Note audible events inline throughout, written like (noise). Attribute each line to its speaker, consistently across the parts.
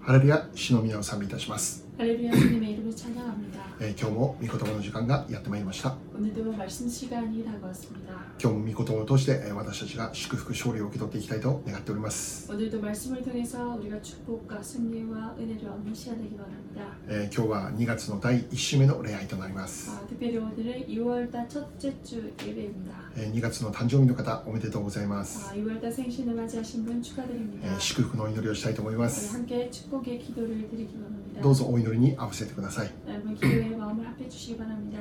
Speaker 1: 할렐루야篠宮を賛美いたします
Speaker 2: 할렐루야 주님의 이름을 찬양합니다.
Speaker 1: えー今日も御言葉の時間がやってまいりました
Speaker 2: 오늘도 말씀 시간이 다가왔습니다.
Speaker 1: 今日も御言葉を通してえー私たちが祝福勝利を受け取っていきたいと願っております
Speaker 2: 오늘도 말씀을 통해서 우리가 축복과 승리와 은혜를 얻는 시간 되기 바랍니다.
Speaker 1: えー今日は2月の第1週目の礼拝となります
Speaker 2: 아, 특별히 오늘은 2월달 첫째 주 예배입니다.
Speaker 1: えー2月の誕生日の方おめでとうございます
Speaker 2: 아, 2월달 생신을 맞이하신 분 축하드립니다.
Speaker 1: えー祝福のお祈りをしたいと思いま
Speaker 2: 우리
Speaker 1: す
Speaker 2: 함께 축복의 기도를 드리기 바랍니다.
Speaker 1: どうぞお祈りに合わせてください
Speaker 2: 여러분 기도의 마음을 합해주시기 바랍니다.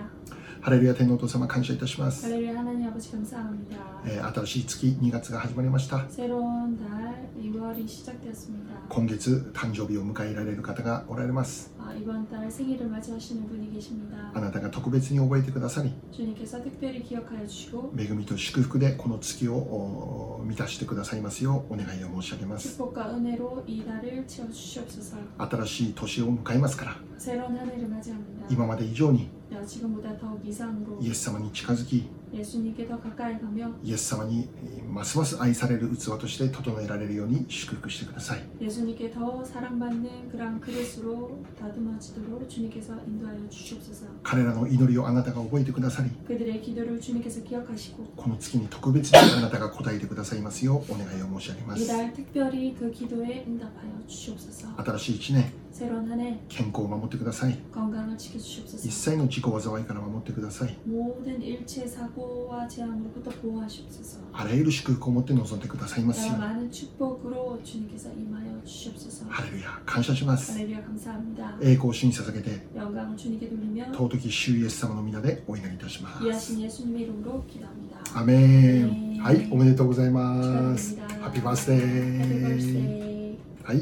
Speaker 1: ハレルヤ天皇お父様感謝いたします、
Speaker 2: 할렐루야 하나님 아버지 감사합니다.
Speaker 1: えー新しい月2月が始まりました
Speaker 2: 새로운 달 2월이 시작되었습니다.
Speaker 1: 今月誕生日を迎えられる方がおられます
Speaker 2: 아, 이번 달 생일을 맞이하시는 분이 계십니다.
Speaker 1: あなたが特別に覚えてくださり
Speaker 2: 주님께서 특별히 기억하여 주시고
Speaker 1: 恵みと祝福でこの月をお満たしてくださいますようお願いを申し上げます
Speaker 2: 축복과 은혜로 이 날을 채워주시옵소서
Speaker 1: 新しい年を迎えますから
Speaker 2: 새로운 한 해를 맞이합니다
Speaker 1: 今まで以上に
Speaker 2: 야, 지금보다 더욱 이상으로
Speaker 1: イエス様に近づき
Speaker 2: 예수님께 더 가까이 가며
Speaker 1: イエス様にえーますます愛される器として整えられるように祝福してください
Speaker 2: 예수님께 더 사랑받는 그런 그릇으로 다듬어지도록 주님께서 인도하여 주시옵소서
Speaker 1: 彼らの祈りをあなたが覚えてくださり
Speaker 2: 그들의 기도를 주님께서 기억하시고
Speaker 1: この月に特別にあなたが応えてくださいますようお願いを申し上げます
Speaker 2: 이 날 특별히 그 기도에 응답하여 주시옵소서
Speaker 1: 新しい1年
Speaker 2: 새로운 한 해
Speaker 1: 健康を守ってください
Speaker 2: 건강을
Speaker 1: 一
Speaker 2: 지켜주시옵소서
Speaker 1: 切の自己災いから守ってください
Speaker 2: 모든 일체 사고와 재앙으로부터 보호하시옵소서
Speaker 1: あらゆる祝福を持って臨んでくださいますよ
Speaker 2: 여러
Speaker 1: うに
Speaker 2: 많은 축복으로 주님께서 임하여 주시옵소서.
Speaker 1: ハレルヤ感謝します
Speaker 2: 할렐루야 감사합니다.
Speaker 1: 栄光を主に捧げて
Speaker 2: 영광을 주님께 돌리며
Speaker 1: 尊き主イエス様の皆でお祈りいたします
Speaker 2: 이하신 예수님의 이름으로 기도합니다.
Speaker 1: アメン
Speaker 2: アメン
Speaker 1: はいおめでとうございます
Speaker 2: 축하드립니다.
Speaker 1: ハッピーバースデー
Speaker 2: 해피 버스데이.
Speaker 1: はい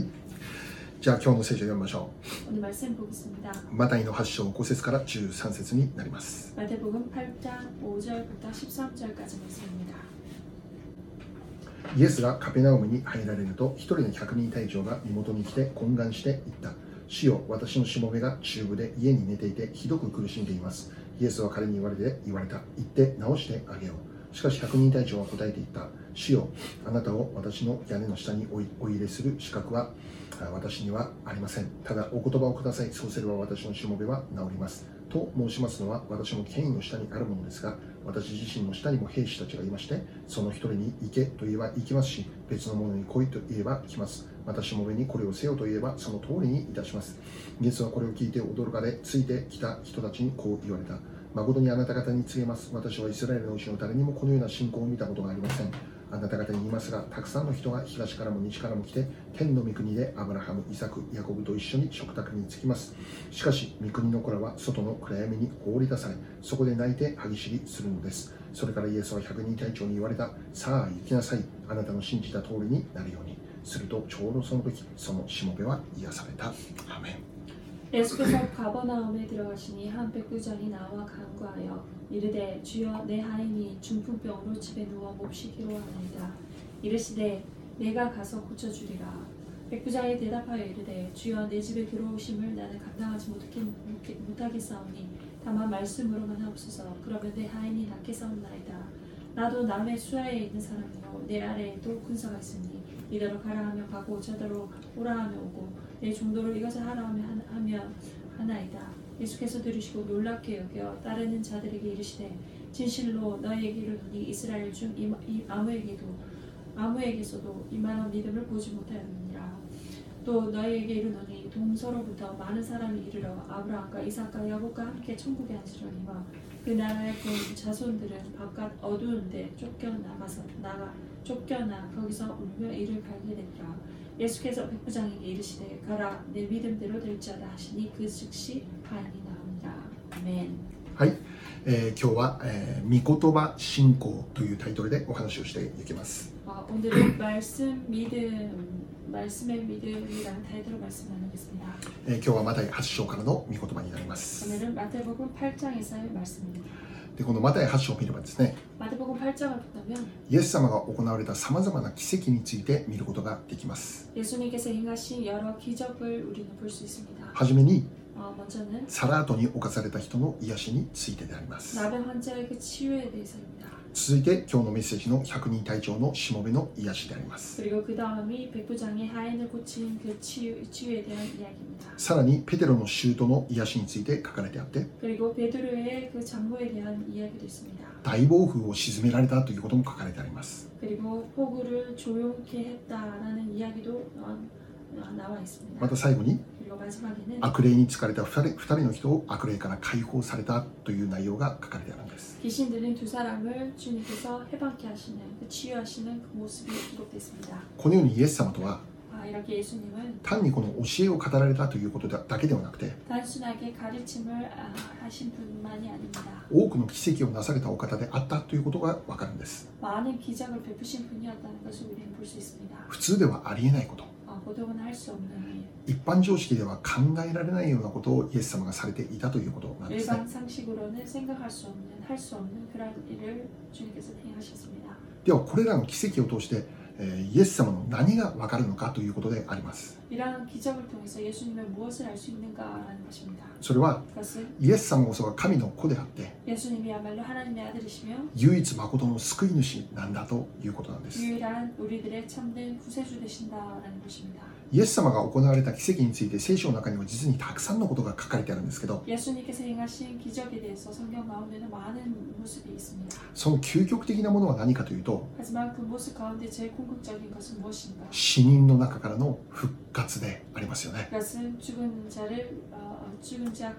Speaker 1: じゃあ今日の聖書を読みましょ
Speaker 2: 오늘 말씀 보겠습니다.
Speaker 1: うマタイの8章5節から13節になります
Speaker 2: 마태복음 8장 5절부터 13절까지 말씀입니다.
Speaker 1: イエスがカペナウムに入られると、一人の百人隊長が身元に来て懇願して言った。主よ、私のしもべが中部で家に寝ていてひどく苦しんでいます。イエスは彼に言われて言われた。行って治してあげよう。しかし百人隊長は答えて言った。主よ、あなたを私の屋根の下においお入れする資格はあ私にはありません。ただお言葉をください。そうすれば私のしもべは治ります。と申しますのは私も権威の下にあるものですが、私自身の下にも兵士たちがいまして、その一人に行けと言えば行きますし、別の者に来いと言えば来ます。またしもべにこれをせよと言えばその通りにいたします。イエスはこれを聞いて驚かれ、ついてきた人たちにこう言われた。誠にあなた方に告げます。私はイスラエルのうちの誰にもこのような信仰を見たことがありません。あなた方に言いますが、たくさんの人が東からも西からも来て、天の御国でアブラハム、イサク、ヤコブと一緒に食卓に着きます。しかし、御国の子らは外の暗闇に放り出され、そこで泣いて歯ぎしりするのです。それからイエスは百人隊長に言われた、さあ行きなさい、あなたの信じた通りになるように。すると、ちょうどその時、そのしもべは癒された。アメン
Speaker 2: 예수께서 가버나움에 들어가시니 한 백부장이 나와 간구하여 이르되 주여 내 하인이 중풍병으로 집에 누워 몹시기로 하나이다 이르시되 내가 가서 고쳐주리라 백부장이 대답하여 이르되 주여 내 집에 들어오심을 나는 감당하지 못하겠, 못하겠사오니 다만 말씀으로만 하옵소서 그러면 내 하인이 낫겠사옵나이다 나도 남의 수하에 있는 사람이요 내 아래에도 군사가 있으니 이대로 가라 하며 가고 저대로 오라 하며 오고 내 종도로 이것을 하라 하며, 하- 하며 하나이다. 예수께서 들으시고 놀랍게 여겨 따르는 자들에게 이르시되 진실로 너희에게 이르노니 이스라엘 중 이- 이 아무에게도 아무에게서도 이만한 믿음을 보지 못하였느니라. 또 너희에게 이르노니 동서로부터 많은 사람이 이르러 아브라함과 이삭과 야곱과 함께 천국에 앉으려니와 그 나라의 그 자손들은 바깥 어두운데 쫓겨나가서 나가 쫓겨나 거기서 울며 이를 갈게 되리라. 예수께서 백부장에게 이르시되 가라 내 믿음대로 될지어다 하시니 그 즉시 가인이 나옵니다. 아멘.
Speaker 1: はい、えー今日は、えー御言葉信仰というタイトルでお話をしていきます。
Speaker 2: 어, 오늘은 (clears throat) 말씀 믿음 말씀의 믿음이라는 타이틀로 말씀 나누겠습니다.
Speaker 1: えー今日はマタイ8章からの御言葉になります。
Speaker 2: 오늘은 마태복음 8장에서의 말씀입니다.
Speaker 1: で、このマタイ8章を見ればですね、
Speaker 2: 마태복음 8장을 본다면
Speaker 1: イエス様が行われた様々な奇跡について見ることができます。
Speaker 2: 예수님께서 행하신 여러 기적을 우리는 볼 수 있습니다.
Speaker 1: はじめに、
Speaker 2: 어, 먼저는
Speaker 1: サラートに侵された人の癒しについてであります。
Speaker 2: 나병 환자의 그 치유에 대해서입니다.
Speaker 1: 続いて今日のメッセージの百人隊長のしもべの癒しであります。
Speaker 2: 그리고 그 다음이 백부장의 하인을 고친 그 치유, 치유에 대한 이야기입니다.
Speaker 1: さらにペテロのシュートの癒しについて書かれてあって、
Speaker 2: 그리고 베드로의 그 장모에 대한 이야기도 있습니다.
Speaker 1: 大暴風を沈められたということも書かれてあります。
Speaker 2: 그리고 포구를 조용케 했다라는 이야기도 나- 나와 있습니다.
Speaker 1: また最後に
Speaker 2: 그리고 마지막에는
Speaker 1: 悪霊に疲れた2人二人の人を悪霊から解放されたという内容が書かれてあるんです。
Speaker 2: 귀신들은 두 사람을 주님께서 해방케 하시는 그 치유하시는 그 모습이 기록되어 있습니다.
Speaker 1: このようにイエス様とは
Speaker 2: 아, 이렇게 예수님은
Speaker 1: 単にこの教えを語られたということだだけではなくて
Speaker 2: 단순하게 가르침을 아, 하신 분만이 아닙니다.
Speaker 1: 多くの奇跡をなされたお方であったということがわかるんです
Speaker 2: 많은 기적을 베푸신 분이었다는 것을 우리는 볼 수 있습니다.
Speaker 1: 普通ではありえないこと
Speaker 2: 아, 보통은 할 수 없는 일.
Speaker 1: 一般常識では考えられないようなことをイエス様がされていたということなんですね
Speaker 2: 일반 상식으로는 생각할 수 없는 할 수 없는 그런 일을 주님께서 행하셨습니다.
Speaker 1: ではこれらの奇跡を通して、えーイエス様の何がわかるのかということであります
Speaker 2: 이러한 기적을 통해서 예수님은 무엇을 알 수 있는가라는 것입니다.
Speaker 1: それは
Speaker 2: 그것은
Speaker 1: イエス様こそが神の子であって
Speaker 2: 예수님이야말로 하나님의 아들이시며
Speaker 1: 唯一誠の救い主なんだということなんです
Speaker 2: 유일한 우리들의 참된 구세주 되신다라는 것입니다.
Speaker 1: イエス様が行われた奇跡について聖書の中には実にたくさんのことが書かれてあるんですけど
Speaker 2: 예수님께서 행하신 기적에 대해서 성경 가운데는 많은 모습이 있습니다.
Speaker 1: その究極的なものは何かというと
Speaker 2: 하지만 그 모습 가운데 제일 궁극적인 것은 무엇인가?
Speaker 1: 死人の中からの復活でありますよね
Speaker 2: 그것은 죽은 자를 어, 어, 죽은 자를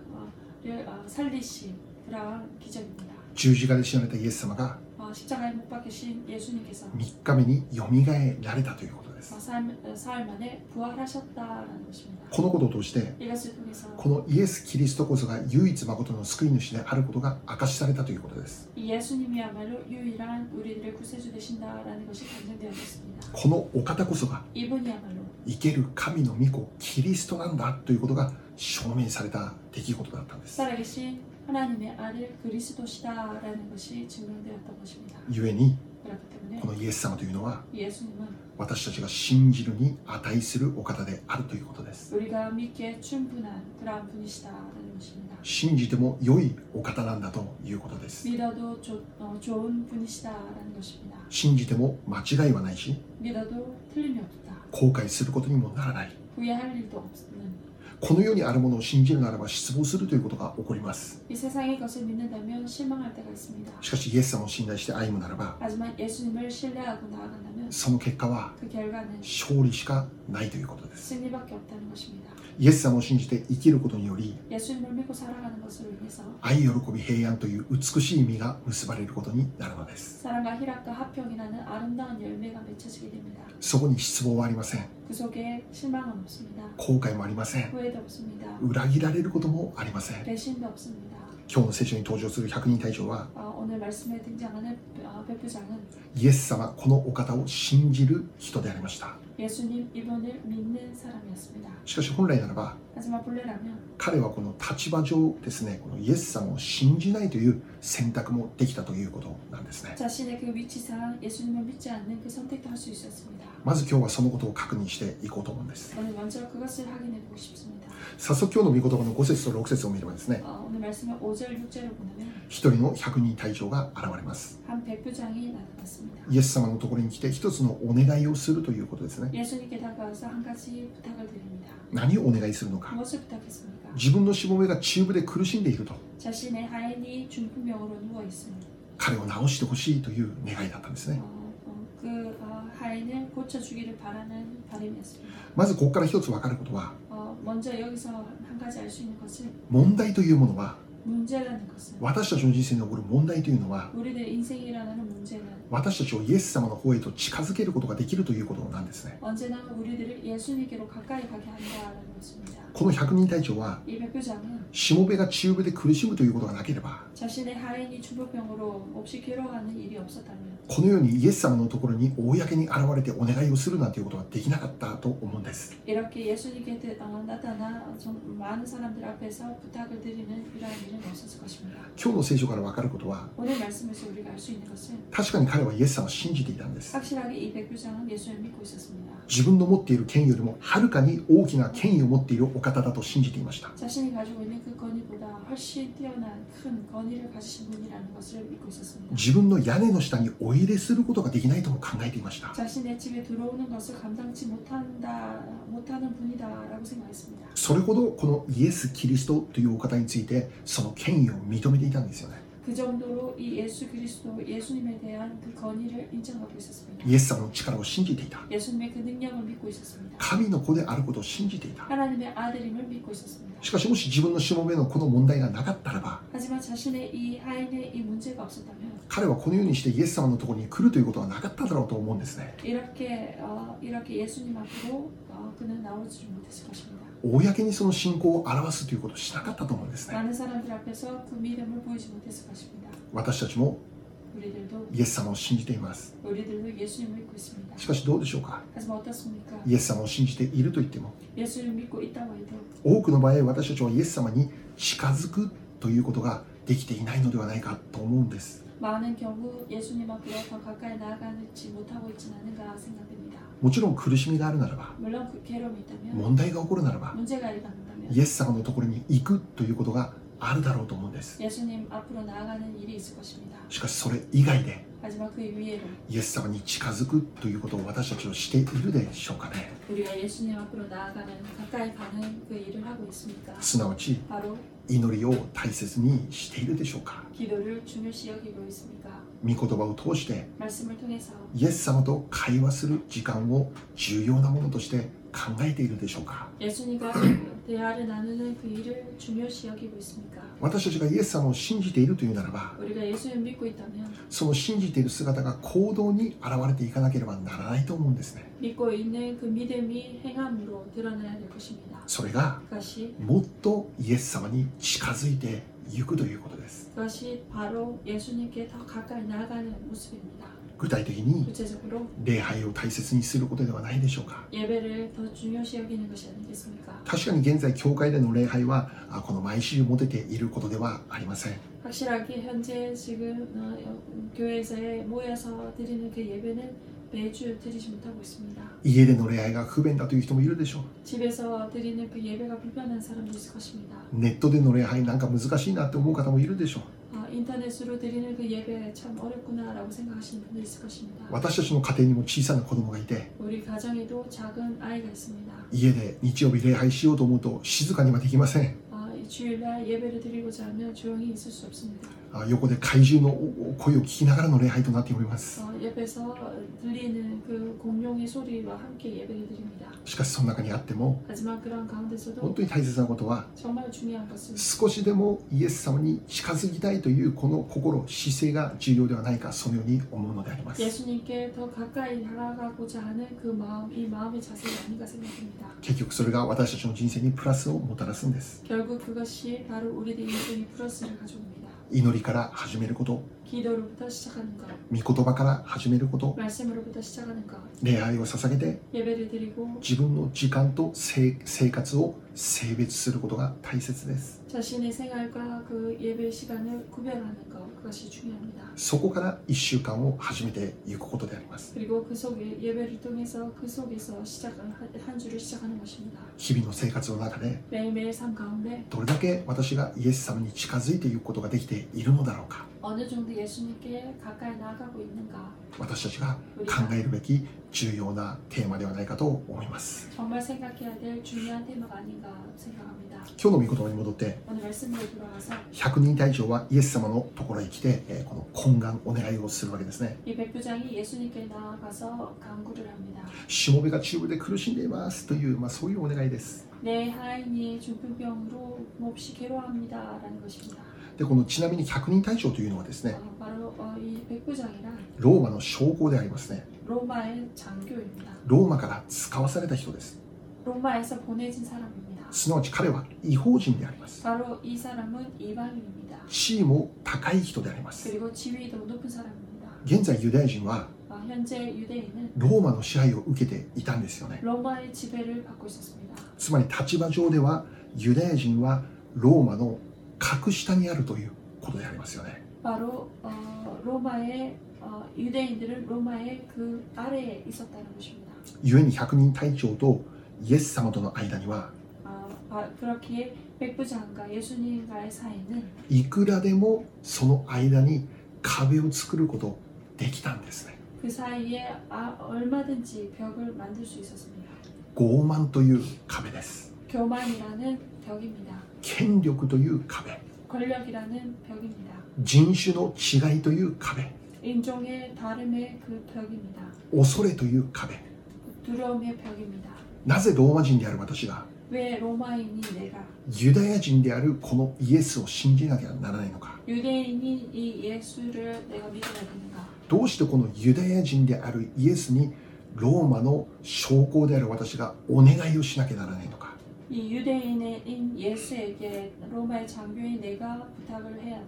Speaker 2: 어, 살리신 그러한 기적입니다.
Speaker 1: 十字架で死なれたイエス様が
Speaker 2: 어, 십자가에 못 박히신 예수님께서
Speaker 1: 3日目によみがえられたということで
Speaker 2: 어,
Speaker 1: す
Speaker 2: 사흘, 어, 사흘 만에 부활하셨다라는 것입니다.
Speaker 1: このことを通して
Speaker 2: 이것을 통해서
Speaker 1: このイエス・キリストこそが唯一誠の救い主であることが明かしされたということです
Speaker 2: 이 예수님이야말로 유일한 우리들의 구세주 되신다라는 것이 단정되어졌습니다.
Speaker 1: このお方こそが
Speaker 2: 이분이야말로
Speaker 1: 生ける神の御子キリストなんだということが証明された出来事だったんです
Speaker 2: 살아계신 하나님의 아들 그리스도시다라는 것이 증명되었던 것입니다.
Speaker 1: 故に
Speaker 2: 그렇기 때문에
Speaker 1: このイエス様というのは
Speaker 2: 예수님은
Speaker 1: 私たちが信じるに値するお方であるということです
Speaker 2: 우리가 믿기에 충분한 그러한 분이시다라는 것입니다.
Speaker 1: 信じても良いお方なんだということです
Speaker 2: 믿어도 조- 어, 좋은 분이시다라는 것입니다.
Speaker 1: 信じても間違いはないし
Speaker 2: 믿어도 틀림이 없다.
Speaker 1: 後悔することにもならない
Speaker 2: 후회할 일도 없는
Speaker 1: この世にあるものを信じるならば失望するということが起こります
Speaker 2: 이 세상의 것을 믿는다면 실망할 때가 있습니다.
Speaker 1: しかしイエス様を信頼して歩むならば
Speaker 2: 하지만 예수님을 신뢰하고 나아간다면
Speaker 1: その結果は
Speaker 2: 그 결과는
Speaker 1: 勝利しかないということです
Speaker 2: 승리밖에 없다는 것입니다.
Speaker 1: イエス様を信じて生きることにより
Speaker 2: 예수님을 믿고 살아가는 것으로 인해서
Speaker 1: 愛喜び平安という美しい実が結ばれることになるのです
Speaker 2: 사랑과 희락과 화평이라는 아름다운 열매가 맺혀지게 됩니다.
Speaker 1: そこに失望はありません
Speaker 2: 그 속에 실망은 없습니다.
Speaker 1: 後悔もありません
Speaker 2: 후회도 없습니다.
Speaker 1: 裏切られることもありません
Speaker 2: 배신도 없습니다.
Speaker 1: 今日の聖書に登場する百人隊長は
Speaker 2: 어, 오늘 말씀에 등장하는 어, 백부장은
Speaker 1: イエス様このお方を信じる人でありました
Speaker 2: 예수님 이분을 믿는 사람이었습니다.
Speaker 1: しかし本来ならば
Speaker 2: 하지만 본래라면
Speaker 1: 彼はこの立場上ですねこのイエス様を信じないという選択もできたということなんですね
Speaker 2: 자신의 그 위치상 예수님을 믿지 않는 그 선택도 할 수 있었습니다.
Speaker 1: まず今日はそのことを確認していこうと思うんです
Speaker 2: 오늘 먼저 그것을 확인해 보고 싶습니다.
Speaker 1: 早速今日の御言葉の5節と6節を見ればですね
Speaker 2: 어, 오늘 말씀의 5절, 6절을 보면
Speaker 1: 一人の百人隊長が現れます
Speaker 2: 한 백부장이 나타났습니다.
Speaker 1: イエス様のところに来て一つのお願いをするということですね
Speaker 2: 예수님께 다가와서 한 가지 부탁을 드립니다.
Speaker 1: 何をお願いするのか
Speaker 2: 무엇을 부탁했습니까?
Speaker 1: 自分のしもべが中部で苦しんでいると
Speaker 2: 자신의 하인이 중풍병으로 누워 있습니다.
Speaker 1: 彼を治してほしいという願いだったんですね
Speaker 2: 어, 어, 그 어, 하인을 고쳐주기를 바라는 바람이었습니다.
Speaker 1: まずここから一つ分かることは
Speaker 2: 어, 먼저 여기서 한 가지 알 수 있는 것은
Speaker 1: 問題というものは
Speaker 2: 문제라는 것은
Speaker 1: 私たちの人生に起こる問題というのは
Speaker 2: 우리들의 인생이라는 문제는
Speaker 1: 私たちをイエス様の方へと近づけることができるということなんですね
Speaker 2: 언제나 우리들을 예수님께로 가까이 가게 한다라는 것입니다.
Speaker 1: この百人隊長は
Speaker 2: 이 백부장은
Speaker 1: しもべが中部で苦しむということがなければ
Speaker 2: 자신의 하인이 중풍병으로 몹시 괴로워하는 일이 없었다면
Speaker 1: このようにイエス様のところに公に現れてお願いをするなんていうことはできなかったと思うんです
Speaker 2: 이렇게 예수님께 드- 어, 나타나 좀 많은 사람들 앞에서 부탁을 드리는 이러한 일은 없었을 것입니다.
Speaker 1: 今日の聖書から分かることは
Speaker 2: 오늘 말씀에서 우리가 알 수 있는 것은
Speaker 1: 確かに彼はイエス様を信じていたんです
Speaker 2: 확실하게 이 백부장은 예수를 믿고 있었습니다.
Speaker 1: 自分の持っている権よりもはるかに大きな権威を持っているお方だと信じていました。
Speaker 2: 자신이 가지고 있는 그 권위보다 훨씬 뛰어난 큰 권위를 가지신 분이라는 것을 믿고 있었습니다.
Speaker 1: 自分の屋根の下にお入れすることができないとも考えていました。
Speaker 2: 자신의 집에 들어오는 것을 감당치 못한다, 못하는 분이다라고 생각했습니다.
Speaker 1: それほどこのイエス・キリストというお方についてその権威を認めていたんですよね。
Speaker 2: 그 정도로 이 예수 그리스도 예수님에 대한 그 권위를 인정하고 있었습니다.
Speaker 1: イエス様の力を信じていた。
Speaker 2: 예수님의 그 능력을 믿고 있었습니다.
Speaker 1: 神の子であることを信じていた。
Speaker 2: 하나님의 아들임을 믿고 있었습니다.
Speaker 1: しかしもし自分のしもべのこの問題がなかったらば
Speaker 2: 하지만 자신의 이 하인의 이 문제가 없었다면
Speaker 1: 彼はこのようにしてイエス様のところに来るということはなかっただろうと思うんですね。
Speaker 2: 이렇게 어, 이렇게 예수님 앞으로 어, 그는 나오지 못했을 것입니다.
Speaker 1: 公にその信仰を表すということをしなかったと思うんですね。
Speaker 2: 많은 사람들 앞에서 그 믿음을 보이지 못했을 것입니다.
Speaker 1: 私たちも
Speaker 2: 우리들도
Speaker 1: イエス様を信じています。
Speaker 2: 우리들도 예수님을 믿고 있습니다.
Speaker 1: しかしどうでしょうか
Speaker 2: 하지만 어떻습니까?
Speaker 1: イエス様を信じていると言っても
Speaker 2: 예수를 믿고 있다고 해도
Speaker 1: 多くの場合私たちはイエス様に近づくということができていないのではないかと思うんです
Speaker 2: 많은 경우 예수님 앞으로 더 가까이 나아가지 못하고 있지는 않은가 생각됩니다.
Speaker 1: もちろん苦しみがあるならば
Speaker 2: 물론 그 괴로움이 있다면
Speaker 1: 問題が起こるならば
Speaker 2: 문제가 일어난다면
Speaker 1: イエス様のところに行くということがあるだろうと思うんです
Speaker 2: 예수님 앞으로 나아가는 일이 있을 것입니다.
Speaker 1: しかしそれ以外で
Speaker 2: 하지만 그 위에로
Speaker 1: イエス様に近づくということを私たちはしているでしょうかね
Speaker 2: 우리가 예수님 앞으로 나아가는 가까이 가는 그 일을 하고 있습니까?
Speaker 1: すなわち
Speaker 2: 바로
Speaker 1: 祈りを大切にしているでしょうか
Speaker 2: 기도를 중요시 여기고 있습니까?
Speaker 1: 御言葉を通して
Speaker 2: 말씀을 통해서
Speaker 1: イエス様と会話する時間を重要なものとして考えているでしょうか
Speaker 2: 예수님과 대화를 나누는 그 일을 중요시 여기고 있습니까?
Speaker 1: 私たちがイエス様を信じているというならば
Speaker 2: 우리가 예수님 믿고 있다면
Speaker 1: その信じている姿が行動に現れていかなければならないと思うんですね
Speaker 2: 믿고 있는 그 믿음이 행함으로 드러나야 될 것입니다.
Speaker 1: それが
Speaker 2: 그것이
Speaker 1: もっとイエス様に近づいていくということです
Speaker 2: 그것이 바로 예수님께 더 가까이 나아가는 모습입니다.
Speaker 1: 具体的に
Speaker 2: 구체적으로
Speaker 1: 礼拝を大切にすることではないでしょうか
Speaker 2: 예배를 더 중요시 여기는 것이 아니겠습니까?
Speaker 1: 確かに現在教会での礼拝はあこの毎週持てていることではありません
Speaker 2: 확실하게 현재 지금 어, 여- 음, 교회에서 모여서 드리는 그 예배는 매주 드리지 못하고 있습니다.
Speaker 1: 家での礼拝が不便だという人もいるでしょう
Speaker 2: 집에서 드리는 그 예배가 불편한 사람도 있을 것입니다.
Speaker 1: ネットでの礼拝なんか難しいなって思う方もいるでしょう
Speaker 2: 아, 인터넷으로 드리는 그 예배 참 어렵구나라고 생각하시는 분도 있을 것입니다.
Speaker 1: 私たちの家庭にも小さな子供がいて
Speaker 2: 우리 가정에도 작은 아이가 있습니다.
Speaker 1: 家で日曜日礼拝しようと思うと静かにはできません
Speaker 2: 아, 이 주일날 예배를 드리고자 하면 조용히 있을 수 없습니다.
Speaker 1: あ横で怪獣のおお声を聞きながらの礼拝となっております
Speaker 2: 어, 옆에서 들리는 그 공룡의 소리와 함께 예배를 드립니다.
Speaker 1: しかしその中にあっても
Speaker 2: 하지만 그런
Speaker 1: 本
Speaker 2: 가운데서도
Speaker 1: 当に大切なことは
Speaker 2: 정말 중요한 것은
Speaker 1: 少しでもイエス様に近づきたいというこの心姿勢が重要ではないかそのように思うのであります
Speaker 2: 예수님께 더 가까이 다가가고자 하는 그 마음, 이 마음의 자세가 아닌가 생각합니다.
Speaker 1: 結局それが私たちの人生にプラスをもたらすんです
Speaker 2: 결국 그것이 바로 우리의 인생의 플러스를 가져옵니다.
Speaker 1: 祈りから始めること
Speaker 2: 기도로부터 시작하는 것,
Speaker 1: 御言葉から始めること
Speaker 2: 말씀으로부터 시작하는 것,
Speaker 1: 礼拝を捧げて
Speaker 2: 예배를 드리고
Speaker 1: 自分の時間と生生活を性別することが大切です
Speaker 2: 자신의 생활과 그 예배 시간을 구별하는 것, 그것이 중요합니다.
Speaker 1: そこから1週間を始めていくことであります
Speaker 2: 그리고 그 속에 예배를 통해서 그 속에서 시작한 한- 한 주를 시작하는 것입니다.
Speaker 1: 日々の生活の中で
Speaker 2: 매일매일 삶 가운데
Speaker 1: どれだけ私がイエス様に近づいていくことができているのだろうか
Speaker 2: 어느 정도 예수님께 가까이 나아가고 있는가
Speaker 1: 私たちが考
Speaker 2: 우리가
Speaker 1: えるべき重要なテーマではないかと思います
Speaker 2: 정말 생각해야 될 중요한 테마가 아닌가 생각합니다.
Speaker 1: 今日の御言葉に戻って
Speaker 2: 오늘 말씀으로 돌아와서
Speaker 1: 100人隊長はイエス様のところへ来て、えーこの懇願お願いをするわけですね
Speaker 2: 이 백부장이 예수님께 나아가서 강구를 합니다.
Speaker 1: しもべが中部で苦しんでいますという、まあ、そういうお願いです
Speaker 2: 내 하인이 중풍병으로 몹시 괴로워합니다라는 것입니다.
Speaker 1: でこのちなみに100人隊長というのはですね
Speaker 2: 어, 바로 어, 이 백부장이란
Speaker 1: ローマの将校でありますね
Speaker 2: 로마의 장교입니다.
Speaker 1: ローマから使わされた人です
Speaker 2: 로마에서 보내진 사람입니다.
Speaker 1: すなわち彼は違法人であります
Speaker 2: 바로 이 사람은 이방인입니다.
Speaker 1: 地位も高い人であります
Speaker 2: 그리고 지위도 높은 사람입니다.
Speaker 1: 現在ユダヤ人は
Speaker 2: 어, 현재 유대인은
Speaker 1: ローマの支配を受けていたんですよね
Speaker 2: 로마의 지배를 받고 있었습니다.
Speaker 1: つまり立場上ではユダヤ人はローマの格下にあるということでありますよね
Speaker 2: 바로 어, 로마의 어, 유대인들은 로마의 그 아래에 있었다는 것입니다.
Speaker 1: 故に百人隊長とイエス様との間には
Speaker 2: 아, 아, 그렇기에 백부장과 예수님과의 사이는
Speaker 1: いくらでもその間に壁を作ることできたんですね
Speaker 2: 그 사이에 아, 얼마든지 벽을 만들 수 있었습니다.
Speaker 1: 傲慢という壁です
Speaker 2: 교만이라는 벽입니다.
Speaker 1: 権力という壁
Speaker 2: 권력이라는 벽입니다.
Speaker 1: 人種の違いという壁
Speaker 2: 인종의 다름의 그 벽입니다.
Speaker 1: 恐れという壁
Speaker 2: 두려움의 벽입니다.
Speaker 1: なぜローマ人である私が
Speaker 2: 왜 로마인이 내가
Speaker 1: ユダヤ人であるこのイエスを信じなきゃならないのか
Speaker 2: 유대인이 이 예수를 내가 믿어야 되는가?
Speaker 1: どうしてこのユダヤ人であるイエスにローマの将校である私がお願いをしなきゃならないのか
Speaker 2: 이 유대인인 예수에게 로마의 장교인 내가 부탁을 해야 하는가?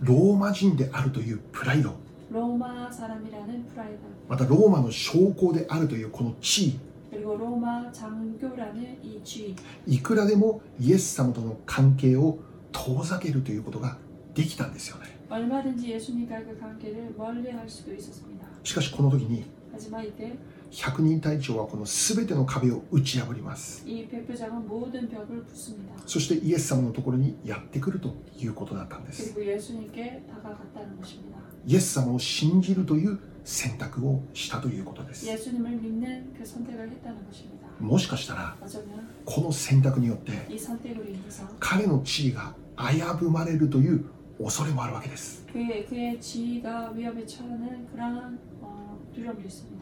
Speaker 1: ローマ人であるというプライド
Speaker 2: 로마 사람이라는 프라이드
Speaker 1: またローマの将校であるというこの地位
Speaker 2: 그리고 로마 장교라는 이 주의
Speaker 1: いくらでもイエス様との関係を遠ざけるということができたんですよね
Speaker 2: 얼마든지 예수님과의 그 관계를 멀리할 수도 있었습니다.
Speaker 1: しかしこの時に
Speaker 2: 하지만 이때
Speaker 1: 百人隊長はこの全ての壁を打ち破ります
Speaker 2: 이 백부장은 모든 벽을 부숩니다.
Speaker 1: そしてイエス様のところにやってくるということだったんです
Speaker 2: 그리고 예수님께 다가갔다는 것입니다.
Speaker 1: イエス様を信じるという選択をしたということです
Speaker 2: 예수님을 믿는 그 선택을 했다는 것입니다.
Speaker 1: もしかしたら
Speaker 2: 어쩌면
Speaker 1: この選択によって
Speaker 2: 이 선택으로 인해서
Speaker 1: 彼の地位が危ぶまれるという恐れもあるわけです
Speaker 2: 그의, 그의 지위가 위협에 처하는 그러한 어, 두려움도 있습니다.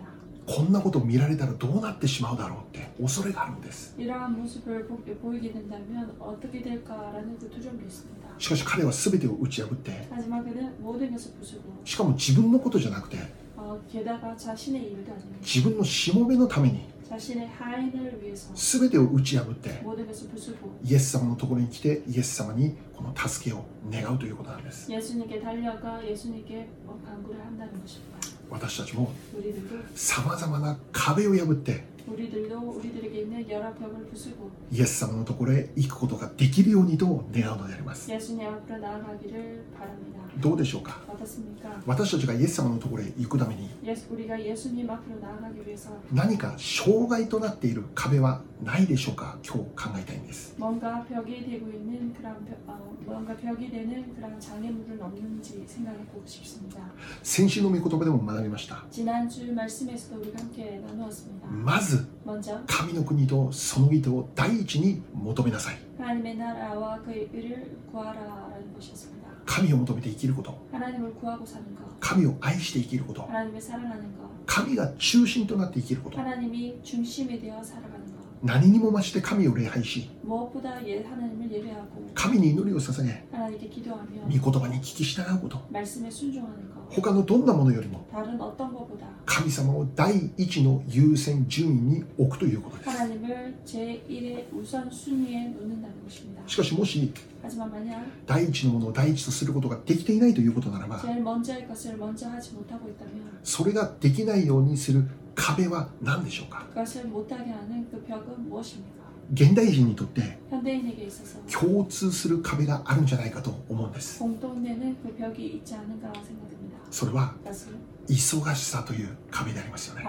Speaker 1: こんなことを見られたらどうなってしまうだろうって恐れがあるんです
Speaker 2: 이러한 모습을 보, 보이게 된다면 어떻게 될까라는 그 두려움도 있습니다.
Speaker 1: しかし彼は全てを打ち破って
Speaker 2: 하지만 그는 모든 것을 부수고
Speaker 1: しかも自分のことじゃなくて
Speaker 2: 어, 게다가 자신의 일도 아닙니다.
Speaker 1: 自分のしもべのために
Speaker 2: 자신의 하인을 위해서
Speaker 1: 全てを打ち破って
Speaker 2: 모든 것을 부수고
Speaker 1: イエス様のところに来てイエス様にこの助けを願うということなんです
Speaker 2: 예수님께 달려가 예수님께 어, 간구를 한다는 것입니다.
Speaker 1: 私たちも
Speaker 2: 우리들도
Speaker 1: さまざまな壁を破って
Speaker 2: 우리들도 우리들에게 있는 여러 벽을 부수고
Speaker 1: イエス様のところへ行くことができるようにと願うのであります
Speaker 2: 예수님 앞으로 나아가기를 바랍니다.
Speaker 1: どうでしょうか
Speaker 2: 어떻습니까?
Speaker 1: 私たちがイエス様のところへ行くために
Speaker 2: 예수, 우리가 예수님 앞으로 나아가기 위해서
Speaker 1: 何か障害となっている壁はないでしょうか今日考えたいんです
Speaker 2: 뭔가 벽이 되고 있는 그런 벽, 어, 뭔가 벽이 되는 그런 장애물은 없는지 생각해보고 싶습니다.
Speaker 1: 先週の御言葉でも学びました
Speaker 2: 지난주 말씀에서도 우리가 함께 나누었습니다.
Speaker 1: まず
Speaker 2: 먼저
Speaker 1: 神の国とその人を第一に求めなさい
Speaker 2: 하나님의 나라와 그의 의를 구하라라는 것이었습니다.
Speaker 1: 神を求めて生きること
Speaker 2: 하나님을 구하고 사는 것,
Speaker 1: 神を愛して生きること
Speaker 2: 하나님을 사랑하는 것,
Speaker 1: 神が中心となって生きること
Speaker 2: 하나님이 중심이 되어 살아가는 것,
Speaker 1: 何にも増して神を礼拝し
Speaker 2: 무엇보다 예, 하나님을 예배하고
Speaker 1: 神に祈りを捧げ
Speaker 2: 하나님께 기도하며
Speaker 1: 御言葉に聞き従うこと
Speaker 2: 말씀에 순종하는 것,
Speaker 1: 他のどんなものよりも
Speaker 2: 다른 어떤 것보다
Speaker 1: 神様を第一の優先順位に置くということです
Speaker 2: 하나님을 제1의 우선순위에 놓는다는 것입니다.
Speaker 1: しかしもし
Speaker 2: 하지만 만약
Speaker 1: 第一のものを第一とすることができていないということならば
Speaker 2: 제일 먼저 할 것을 먼저 하지 못하고 있다면
Speaker 1: それができないようにする壁は何でしょうか
Speaker 2: 그것을 못하게 하는 그 벽은 무엇입니까?
Speaker 1: 現代人にとって
Speaker 2: 현대인에게 있어서
Speaker 1: 共通する壁があるんじゃないかと思うんです
Speaker 2: 공통되는 그 벽이 있지 않은가 생각됩니다.
Speaker 1: それは
Speaker 2: 그것은
Speaker 1: 忙しさという壁でありますよね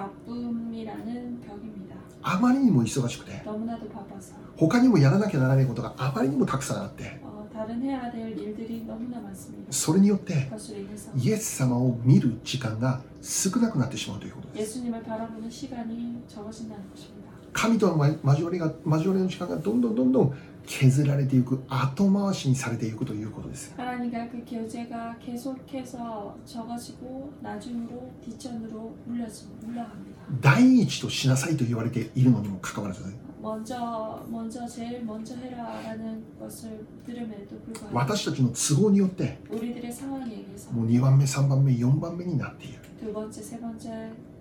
Speaker 2: 바쁨이라는 벽입니다.
Speaker 1: あまりにも忙しくて
Speaker 2: 너무나도 바빠서
Speaker 1: 他にもやらなきゃならないことがあまりにもたくさんあって
Speaker 2: 어, 다른 해야 될 일들이 너무나 많습니다.
Speaker 1: それによって
Speaker 2: 그것으로 인해서
Speaker 1: イエス様を見る時間が少なくなってしまうということです
Speaker 2: 예수님을 바라보는 시간이 적어진다는 것입니다.
Speaker 1: 神とのま交わりが交わりの時間がどんどんどんどん削られていく後回しにされていくということです
Speaker 2: 하나님과 그 교제가 계속해서 적어지고 나중으로 뒷전으로 물려지 물러갑니다.
Speaker 1: 第一としなさいと言われているのにもかかわらず
Speaker 2: 먼저 먼저 제일 먼저 해라라는 것을 들음에도 불구하고
Speaker 1: 私たちの都合によって
Speaker 2: 우리들의 상황에 의해서
Speaker 1: もう2番目3番目4番目になっている
Speaker 2: 두 번째, 세 번째,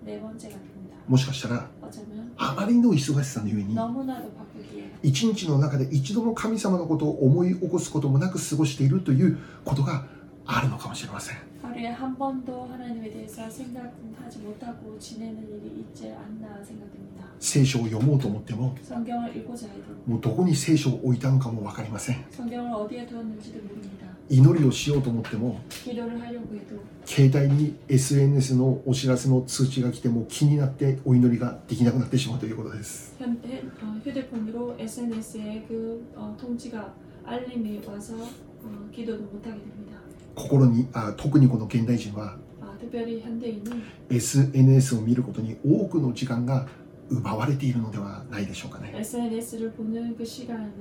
Speaker 2: 네 번째가 됩니다.
Speaker 1: もしかしたら
Speaker 2: 어쩌면
Speaker 1: あまりの忙しさのゆえに
Speaker 2: 너무나도 바쁘기에
Speaker 1: 一日の中で一度も神様のことを思い起こすこともなく過ごしているということがあるのかもしれません
Speaker 2: 하루에 한 번도 하나님에 대해서 생각하지 못하고 지내는 일이 있지 않나 생각됩니다.
Speaker 1: 聖書を読もうと思っても
Speaker 2: 성경을 읽고자 해도
Speaker 1: もうどこに聖書を置いたのかも分かりません
Speaker 2: 성경을 어디에 두었는지도 모릅니다.
Speaker 1: 祈りをしようと思っても
Speaker 2: 기도를 하려고 해도
Speaker 1: 携帯に SNS のお知らせの通知が来ても気になってお祈りができなくなってしまうということです。
Speaker 2: 현, 해- 어, 휴대폰으로 SNS의 그 어, 통지가 알림이 와서 어, 기도도 못하게 됩니다.
Speaker 1: 心にあ特にこの現代人は
Speaker 2: 아, 특별히 현대인은
Speaker 1: SNS を見ることに多くの時間が奪われているのではないでしょうかね。
Speaker 2: SNS를 보는 그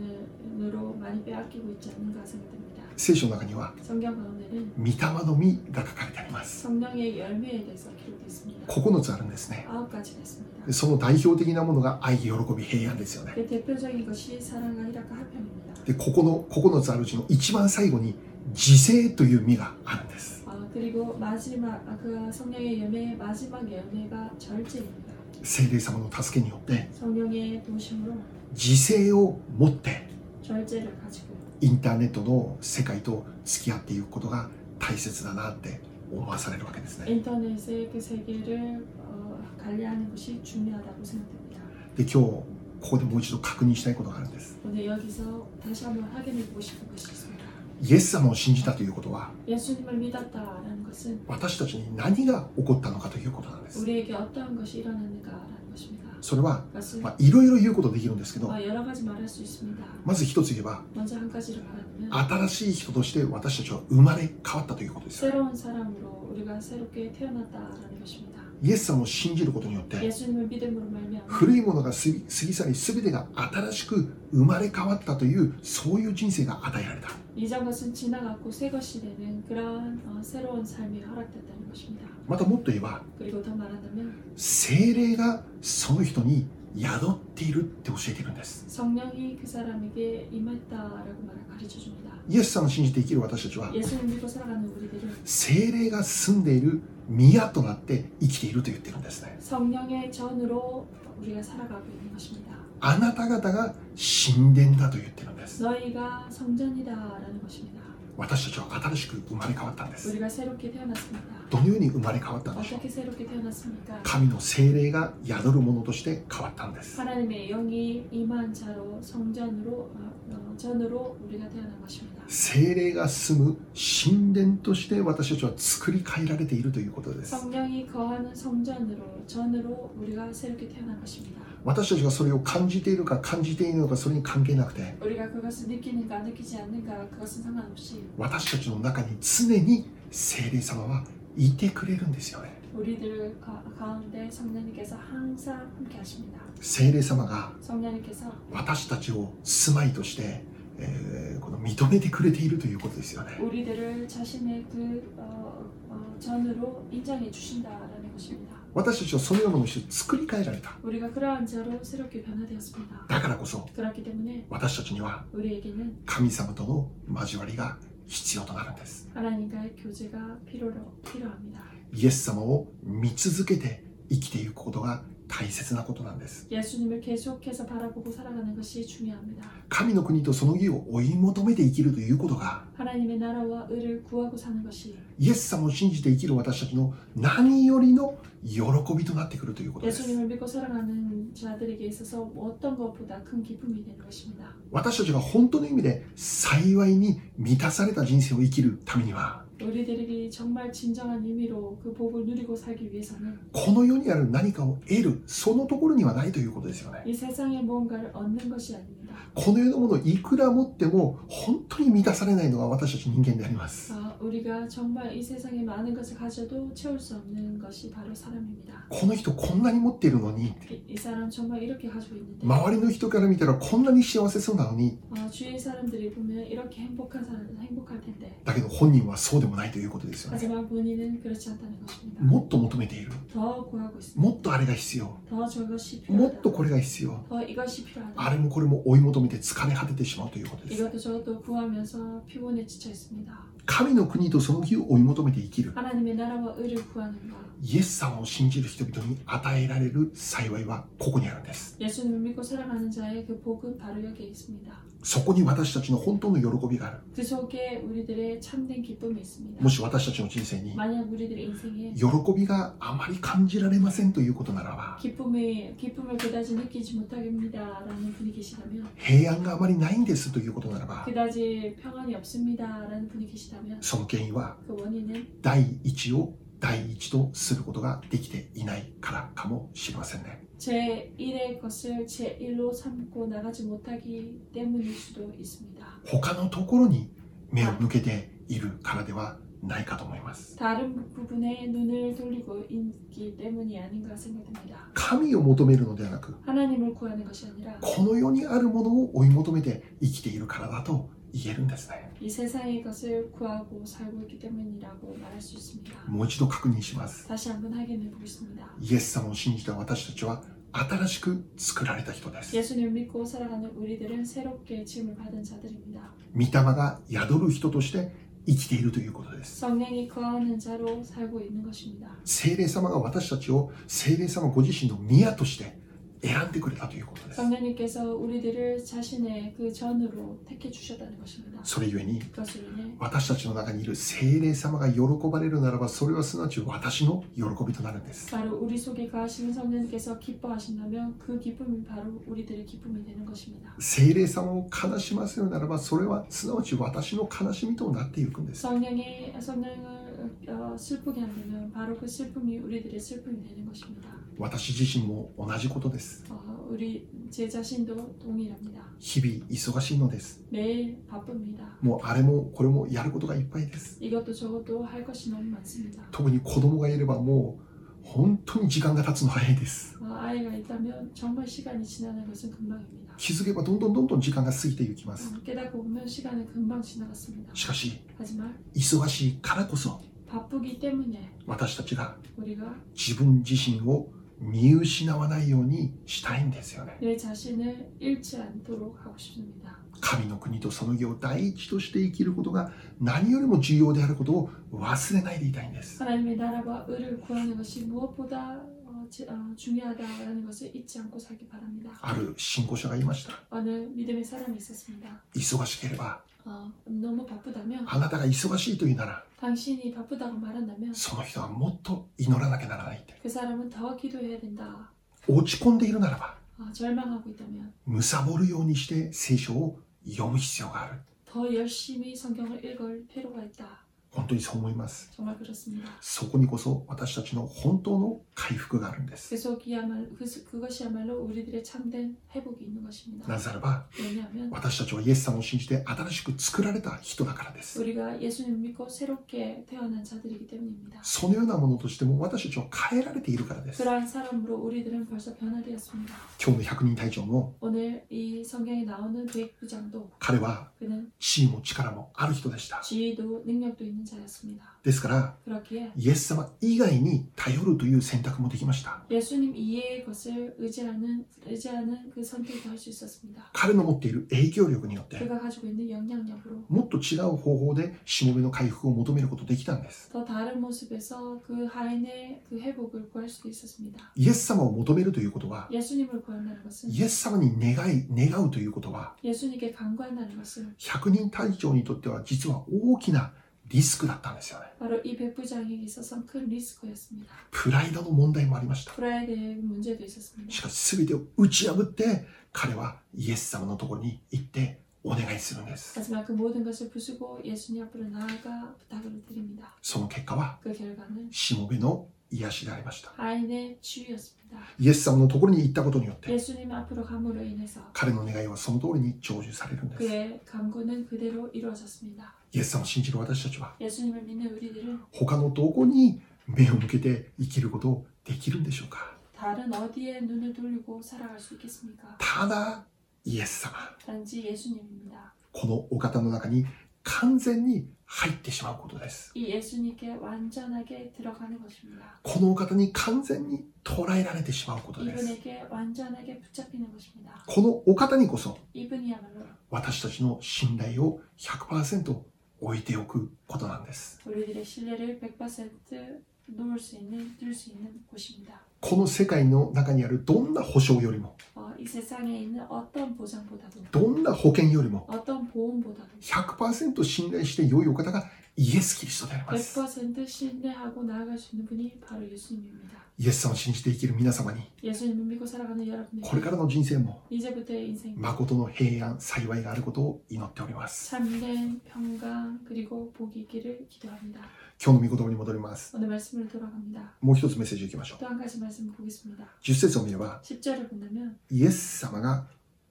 Speaker 2: 시간으로 많이 빼앗기고 있지 않는가 생각됩니다.
Speaker 1: 聖書の中には
Speaker 2: 성경 가운데는
Speaker 1: 御霊の実が書かれてあります。
Speaker 2: 성령의 열매에 대해서 기록되어 있습니다.
Speaker 1: 9つあるんですね。
Speaker 2: 아홉 가지가 있습니다.
Speaker 1: その代表的なものが愛、喜び、平安ですよね。
Speaker 2: 그 대표적인 것이 사랑과 희락과 합평입니다.
Speaker 1: で、ここの9つあるうちの一番最後に自制という実があるんです。
Speaker 2: 아, 그리고 마지막 아, 그 성령의 열매 마지막 열매가 절제입니다.
Speaker 1: 聖霊様の助けによって、
Speaker 2: 성령의 도심으로
Speaker 1: 自制を持って、
Speaker 2: 절제를 가지고
Speaker 1: インターネットの世界と付き合っていくことが大切だなって思わされるわけですね。
Speaker 2: 인터넷의 그 세계를 어, 관리하는 것이 중요하다고 생각됩니다.
Speaker 1: で、今日、ここでもう一度確認したいことがあるんです。
Speaker 2: 오늘 여기서 다시 한번 확인해 보고 싶은 것이 있습니다.
Speaker 1: イエス様を信じたということは、
Speaker 2: 예수님을 믿었다라는 것은
Speaker 1: 私たちに何が起こったのかということなんです。
Speaker 2: 우리에게 어떠한 것이 일어났는가라는 것입니다.
Speaker 1: それは、
Speaker 2: 그것은
Speaker 1: まあ、いろいろ言うことできるんですけど、
Speaker 2: 어, 여러 가지 말할 수 있습니다.
Speaker 1: まず一つ言えば、
Speaker 2: 먼저 한 가지를 말하면
Speaker 1: 新しい人として私たちは生まれ変わったということですよね。
Speaker 2: 새로운 사람으로 우리가 새롭게 태어났다라는 것입니다.
Speaker 1: イエス様を信じることによって、
Speaker 2: 예수님을 믿음으로 말미암아
Speaker 1: 古いものが過ぎ過ぎ去り、すべてが新しく生まれ変わったという、そういう人生が与えられた。
Speaker 2: 이전 것은 지나갔고 새 것이 되는 그러한 어, 새로운 삶이 허락됐다는 것입니다.
Speaker 1: またもっと言えば、
Speaker 2: 그리고 더 말한다면
Speaker 1: 精霊がその人に宿っているって教えているんです。
Speaker 2: 성령이 그 사람에게 임했다라고 말을 가르쳐 줍니다.
Speaker 1: イエス様を信じて生きる私たちは、
Speaker 2: 예수님 믿고 살아가는 우리들은
Speaker 1: 精霊が住んでいる宮となって生きていると言ってるんですね。
Speaker 2: 성령의 전으로 우리가 살아가고 있는 것입니다.
Speaker 1: あなた方が神殿だと言ってるんです。
Speaker 2: 너희가 성전이다라는 것입니다.
Speaker 1: 私たちは新しく生まれ変わったんです。
Speaker 2: 우리가 새롭게 태어났습니다.
Speaker 1: どのように生まれ変わったんでしょう
Speaker 2: 어떻게 새롭게 태어났습니까?
Speaker 1: 神の精霊が宿るものとして変わったんです。
Speaker 2: 하나님의 영이 임한 자로 성전으로 어, 어, 전으로 우리가 태어난 것입니다.
Speaker 1: 精霊が住む神殿として私たちは作り変えられているということです。
Speaker 2: 성령이 거하는 성전으로 전으로 우리가 새롭게 태어난 것입니다.
Speaker 1: 私たちがそれを感じているか感じていないのかそれに関係なくて、
Speaker 2: 우리가 그것을 느끼는가 느끼지 않는가 그것은 상관없이
Speaker 1: 私たちの中に常に聖霊様はいてくれるんですよね
Speaker 2: 우리들 가, 가운데 성령님께서 항상 함께 하십니다.
Speaker 1: 聖霊様が
Speaker 2: 성령님께서
Speaker 1: 私たちを住まいとして、えーこの認めてくれているということですよね
Speaker 2: 우리들을 자신의 그 어, 어, 전으로 인정해 주신다라는 것입니다.
Speaker 1: 私たちはそのようなものとして作り変えられた
Speaker 2: 우리가 그러한 자로 새롭게 변화되었습니다.
Speaker 1: だからこそ
Speaker 2: 그렇기 때문에
Speaker 1: 私たちには
Speaker 2: 우리에게는
Speaker 1: 神様との交わりが必要となるんです
Speaker 2: 하나님과의 교제가 필요로 필요합니다.
Speaker 1: イエス様を見続けて生きていくことが大切なことなんです
Speaker 2: 예수님을 계속해서 바라보고 살아가는 것이 중요합니다.
Speaker 1: 神の国とその義を追い求めて生きるということが
Speaker 2: 하나님의 나라와 의를 구하고 사는 것이
Speaker 1: イエス様を信じて生きる私たちの何よりの喜びとなってくるということです
Speaker 2: 예수님을 믿고 살아가는 자들에게 있어서 어떤 것보다 큰 기쁨이 되는 것입니다.
Speaker 1: 私たちが本当の意味で幸いに満たされた人生を生きるためには
Speaker 2: 우리들이 정말 진정한 의미로 그 복을 누리고 살기 위해서는
Speaker 1: この世にある何かを得るそのところにはないということですよね
Speaker 2: 이 세상의 무언가를 얻는 것이 아닙니다.
Speaker 1: この世のものをいくら持っても本当に満たされないのが私たち人間であります
Speaker 2: 아, 우리가 정말 이 세상에 많은 것을 가져도 채울 수 없는 것이 바로 사람입니다.
Speaker 1: この人こんなに持っているのに
Speaker 2: 이, 이 사람 정말 이렇게 가지고 있는데
Speaker 1: 周りの人から見たらこんなに幸せそうなのに
Speaker 2: 아, 주위 사람들이 보면 이렇게 행복한 사람 행복할 텐데
Speaker 1: だけど本人はそうでもないということですよね
Speaker 2: 하지만 본인은 그렇지 않다는 것입니다.
Speaker 1: もっと求めている
Speaker 2: 더 구하고 있습니다.
Speaker 1: もっとあれが必要
Speaker 2: 더 저것이
Speaker 1: もっ
Speaker 2: 필요하다.
Speaker 1: とこれが必要
Speaker 2: 더 이것이
Speaker 1: あ
Speaker 2: 필요하다.
Speaker 1: れもこれも追い求めて疲れ果ててしまうということです
Speaker 2: 이것도 저것도 구하면서 피곤에 지쳐 있습니다.
Speaker 1: 神の国とその義を追い求めて生きる
Speaker 2: 하나님의 나라와 의를 구하는 것.
Speaker 1: イエス様を信じる人々に与えられる幸いはここにあるんです
Speaker 2: 예수님을 믿고 살아가는 자의 그 복은 바로 여기에 있습니다.
Speaker 1: そこに私たちの本当の喜びがある
Speaker 2: 그 속에 우리들의 참된 기쁨이 있습니다.
Speaker 1: もし私たちの人生に
Speaker 2: 만약 우리들의 인생에
Speaker 1: 喜びがあまり感じられませんということならば
Speaker 2: 기쁨이 기쁨을 그다지 느끼지 못하겠니다라는 분이 계시다면
Speaker 1: 平平安があまりないんですということならば
Speaker 2: 그다지 평안이 없습니다라는 분이 계시다면
Speaker 1: その原因は
Speaker 2: 그 원인은
Speaker 1: 第一を第一とすることができていないからかもしれませんね
Speaker 2: 제 일의 것을 제 일로 삼고 나가지 못하기 때문일 수도 있습니다.
Speaker 1: 他のところに目を向けているからではないかと思います
Speaker 2: 다른 부분에 눈을 돌리고 있기 때문이 아닌가 생각됩니다.
Speaker 1: 神を求めるのではなく
Speaker 2: 하나님을 구하는 것이 아니라
Speaker 1: この世にあるものを追い求めて生きているからだと言えるんですね
Speaker 2: 이 세상의 것을 구하고 살고 있기 때문이라고 말할 수 있습니다.
Speaker 1: もう一度確認します
Speaker 2: 다시 한번 확인해 보겠습니다.
Speaker 1: イエス様を信じた私たちは新しく作られた人です
Speaker 2: 예수님을 믿고 살아가는 우리들은 새롭게 지음을 받은 자들입니다.
Speaker 1: 御霊が宿る人として生きているということです
Speaker 2: 성령이 거하는 자로 살고 있는 것입니다.
Speaker 1: 聖霊様が私たちを聖霊様ご自身の宮として選んでくれたということです
Speaker 2: 성령님께서 우리들을 자신의 그 전으로 택해 주셨다는 것입니다.
Speaker 1: それゆえに
Speaker 2: 그것으로 인해
Speaker 1: 私たちの中にいる聖霊様が喜ばれるならばそれはすなわち私の喜びとなるんです
Speaker 2: 바로 우리 속에 가시는 성령님께서 기뻐하신다면 그 기쁨이 바로 우리들의 기쁨이 되는 것입니다.
Speaker 1: 聖霊様を悲しませるならばそれはすなわち私の悲しみとなっていくんです
Speaker 2: 성령이 성령을 어, 슬프게 한다면 바로 그 슬픔이 우리들의 슬픔이 되는 것입니다.
Speaker 1: 私自身も同じことです
Speaker 2: 어, 우리 제 자신도 동일합니다.
Speaker 1: 日々忙しいのです
Speaker 2: 매일 바쁩니다.
Speaker 1: もうあれもこれもやることがいっぱいです
Speaker 2: 이것도 저것도 할 것이 너무 많습니다.
Speaker 1: 特に子供がいればもう本当に時間が経つの早いです
Speaker 2: 어, 아이가 있다면 정말 시간이 지나는 것은 금방입니다.
Speaker 1: 気づけばどんどんどんどん時間が過ぎていきます
Speaker 2: 어, 깨닫고 보면 시간은 금방 지나갔습니다.
Speaker 1: しかし
Speaker 2: 하지만
Speaker 1: 忙しいからこそ
Speaker 2: 바쁘기 때문에
Speaker 1: 私たちが
Speaker 2: 우리가
Speaker 1: 自分自身を見失わないようにしたいんですよね
Speaker 2: 내 자신을 잃지 않도록 하고 싶습니다.
Speaker 1: 神の国とその義を第一として生きることが何よりも重要であることを忘れないでいたいんです
Speaker 2: 하나님의 나라와 의를 구하는 것이 무엇보다 어, 지- 어, 중요하다라는 것을 잊지 않고 살기 바랍니다.
Speaker 1: ある信仰者がいました
Speaker 2: 어느 믿음의 사람이 있었습니다.
Speaker 1: 忙しければ
Speaker 2: 어, 너무 바쁘다면
Speaker 1: あなたが忙しいというなら
Speaker 2: 당신이 바쁘다고 말한다면
Speaker 1: その人はもっと祈らなきゃならないって
Speaker 2: 그 사람은 더 기도해야 된다.
Speaker 1: 落ち込んでいるならば
Speaker 2: 어, 절망하고 있다면
Speaker 1: 貪るようにして聖書を読む必要がある
Speaker 2: 더 열심히 성경을 읽을 필요가 있다.
Speaker 1: 本当にそう思います
Speaker 2: 정말 그렇습니다.
Speaker 1: そこにこそ私たちの本当の回復があるんです
Speaker 2: 그야말 그것이야말로 우리들의 참된 회복이 있는 것입니다.
Speaker 1: なぜならば
Speaker 2: 왜냐하면
Speaker 1: 私たちはイエス様を信じて新しく作られた人だからです。
Speaker 2: 우리가 예수님 믿고 새롭게 태어난 자들이기 때문입니다.
Speaker 1: そのようなものとしても私たちは変えられているからです。今
Speaker 2: 그러한 사람으로 우리들은 벌써 변화되었습니다.
Speaker 1: 日の百人隊長も
Speaker 2: 오늘 이 성경에 나오는 백부장도
Speaker 1: 彼は
Speaker 2: 그는
Speaker 1: 地位も力もある人でした。
Speaker 2: 지위도 능력도 있는 자였습니다.
Speaker 1: ですから、
Speaker 2: 그렇기에
Speaker 1: イエス様以外に頼るという選択もできました。
Speaker 2: 예수님 이외의 것을 의지하는 의지하는 그 선택도 할 수 있었습니다.
Speaker 1: 彼の持っている影響力によって、
Speaker 2: 그가 가지고 있는 영향력으로
Speaker 1: もっと違う方法でしもべの回復を求めることできたんです。
Speaker 2: 더 다른 모습에서 그 하인의 그 회복을 구할 수도 있었습니다.
Speaker 1: イエス様を求めるということは、
Speaker 2: 예수님을 구한다는 것은
Speaker 1: イエス様に願い、願うということは、
Speaker 2: 예수님께 간구한다는 것은
Speaker 1: 百人隊長にとっては実は大きなリスクだったんですよね。
Speaker 2: 바로 이 백부장에게 있어서 큰 리스크였습니다.
Speaker 1: プライドの問題もありました。
Speaker 2: 프라이드의 문제도 있었습니다.
Speaker 1: しかし全てを打ち破って彼はイエス様のところに行ってお願いするんです
Speaker 2: 하지만 그 모든 것을 부수고 예수님 앞으로 나아가 부탁을 드립니다.
Speaker 1: その結果は
Speaker 2: 그 결과는
Speaker 1: しもべの癒しでありました
Speaker 2: 하인의 치유였습니다.
Speaker 1: イエス様のところに行ったことによって
Speaker 2: 예수님 앞으로 감으로 인해서
Speaker 1: 彼の願いはその通りに成就されるんです
Speaker 2: 그의 간구는 그대로 이루어졌습니다.
Speaker 1: イエス様を信じる私たちは
Speaker 2: 예수님을 믿는 우리들은
Speaker 1: 他のどこに目を向けて生きることをできるんでしょうか
Speaker 2: 다른 어디에 눈을 돌리고 살아갈 수 있겠습니까?
Speaker 1: ただイエス様
Speaker 2: 단지 예수님입니다.
Speaker 1: このお方の中に完全に入ってしまうことです
Speaker 2: 이 예수님께 완전하게 들어가는 것입니다.
Speaker 1: このお方に完全に捉えられてしまうことです
Speaker 2: 이분에게 완전하게 붙잡히는 것입니다.
Speaker 1: このお方にこそ
Speaker 2: 이분이야말로
Speaker 1: 私たちの信頼を100%置いておくことなんです。
Speaker 2: 우리들의 신뢰를 100% 놓을 수 있는, 둘 수 있는 곳입니다.
Speaker 1: この世界の中にあるどんな保証よりも、
Speaker 2: 어, 이 세상에 있는 어떤 보상보다도
Speaker 1: どんな保険よりも、
Speaker 2: 어떤 보험보다도
Speaker 1: 100%信頼して良いお方が 예수 그리스도であります。
Speaker 2: 100% 신뢰하고 나아갈 수 있는 분이 바로 예수님입니다.
Speaker 1: イエス様を信じて生きる皆様に、
Speaker 2: 예수님을 믿고 살아가는 여러분에게
Speaker 1: これからの人生も
Speaker 2: 이제부터의 인생
Speaker 1: 誠の平安、幸いがあることを祈っております。
Speaker 2: 참된 평강 그리고 복이 있기를 기도합니다.
Speaker 1: 今日の御言葉に戻ります。
Speaker 2: 오늘 말씀을 돌아갑니다.
Speaker 1: もう一つメッセージいきましょう。
Speaker 2: 또 한 가지 말씀 보겠습니다.
Speaker 1: 10節を見れば、
Speaker 2: 10절을 본다면
Speaker 1: イエス様が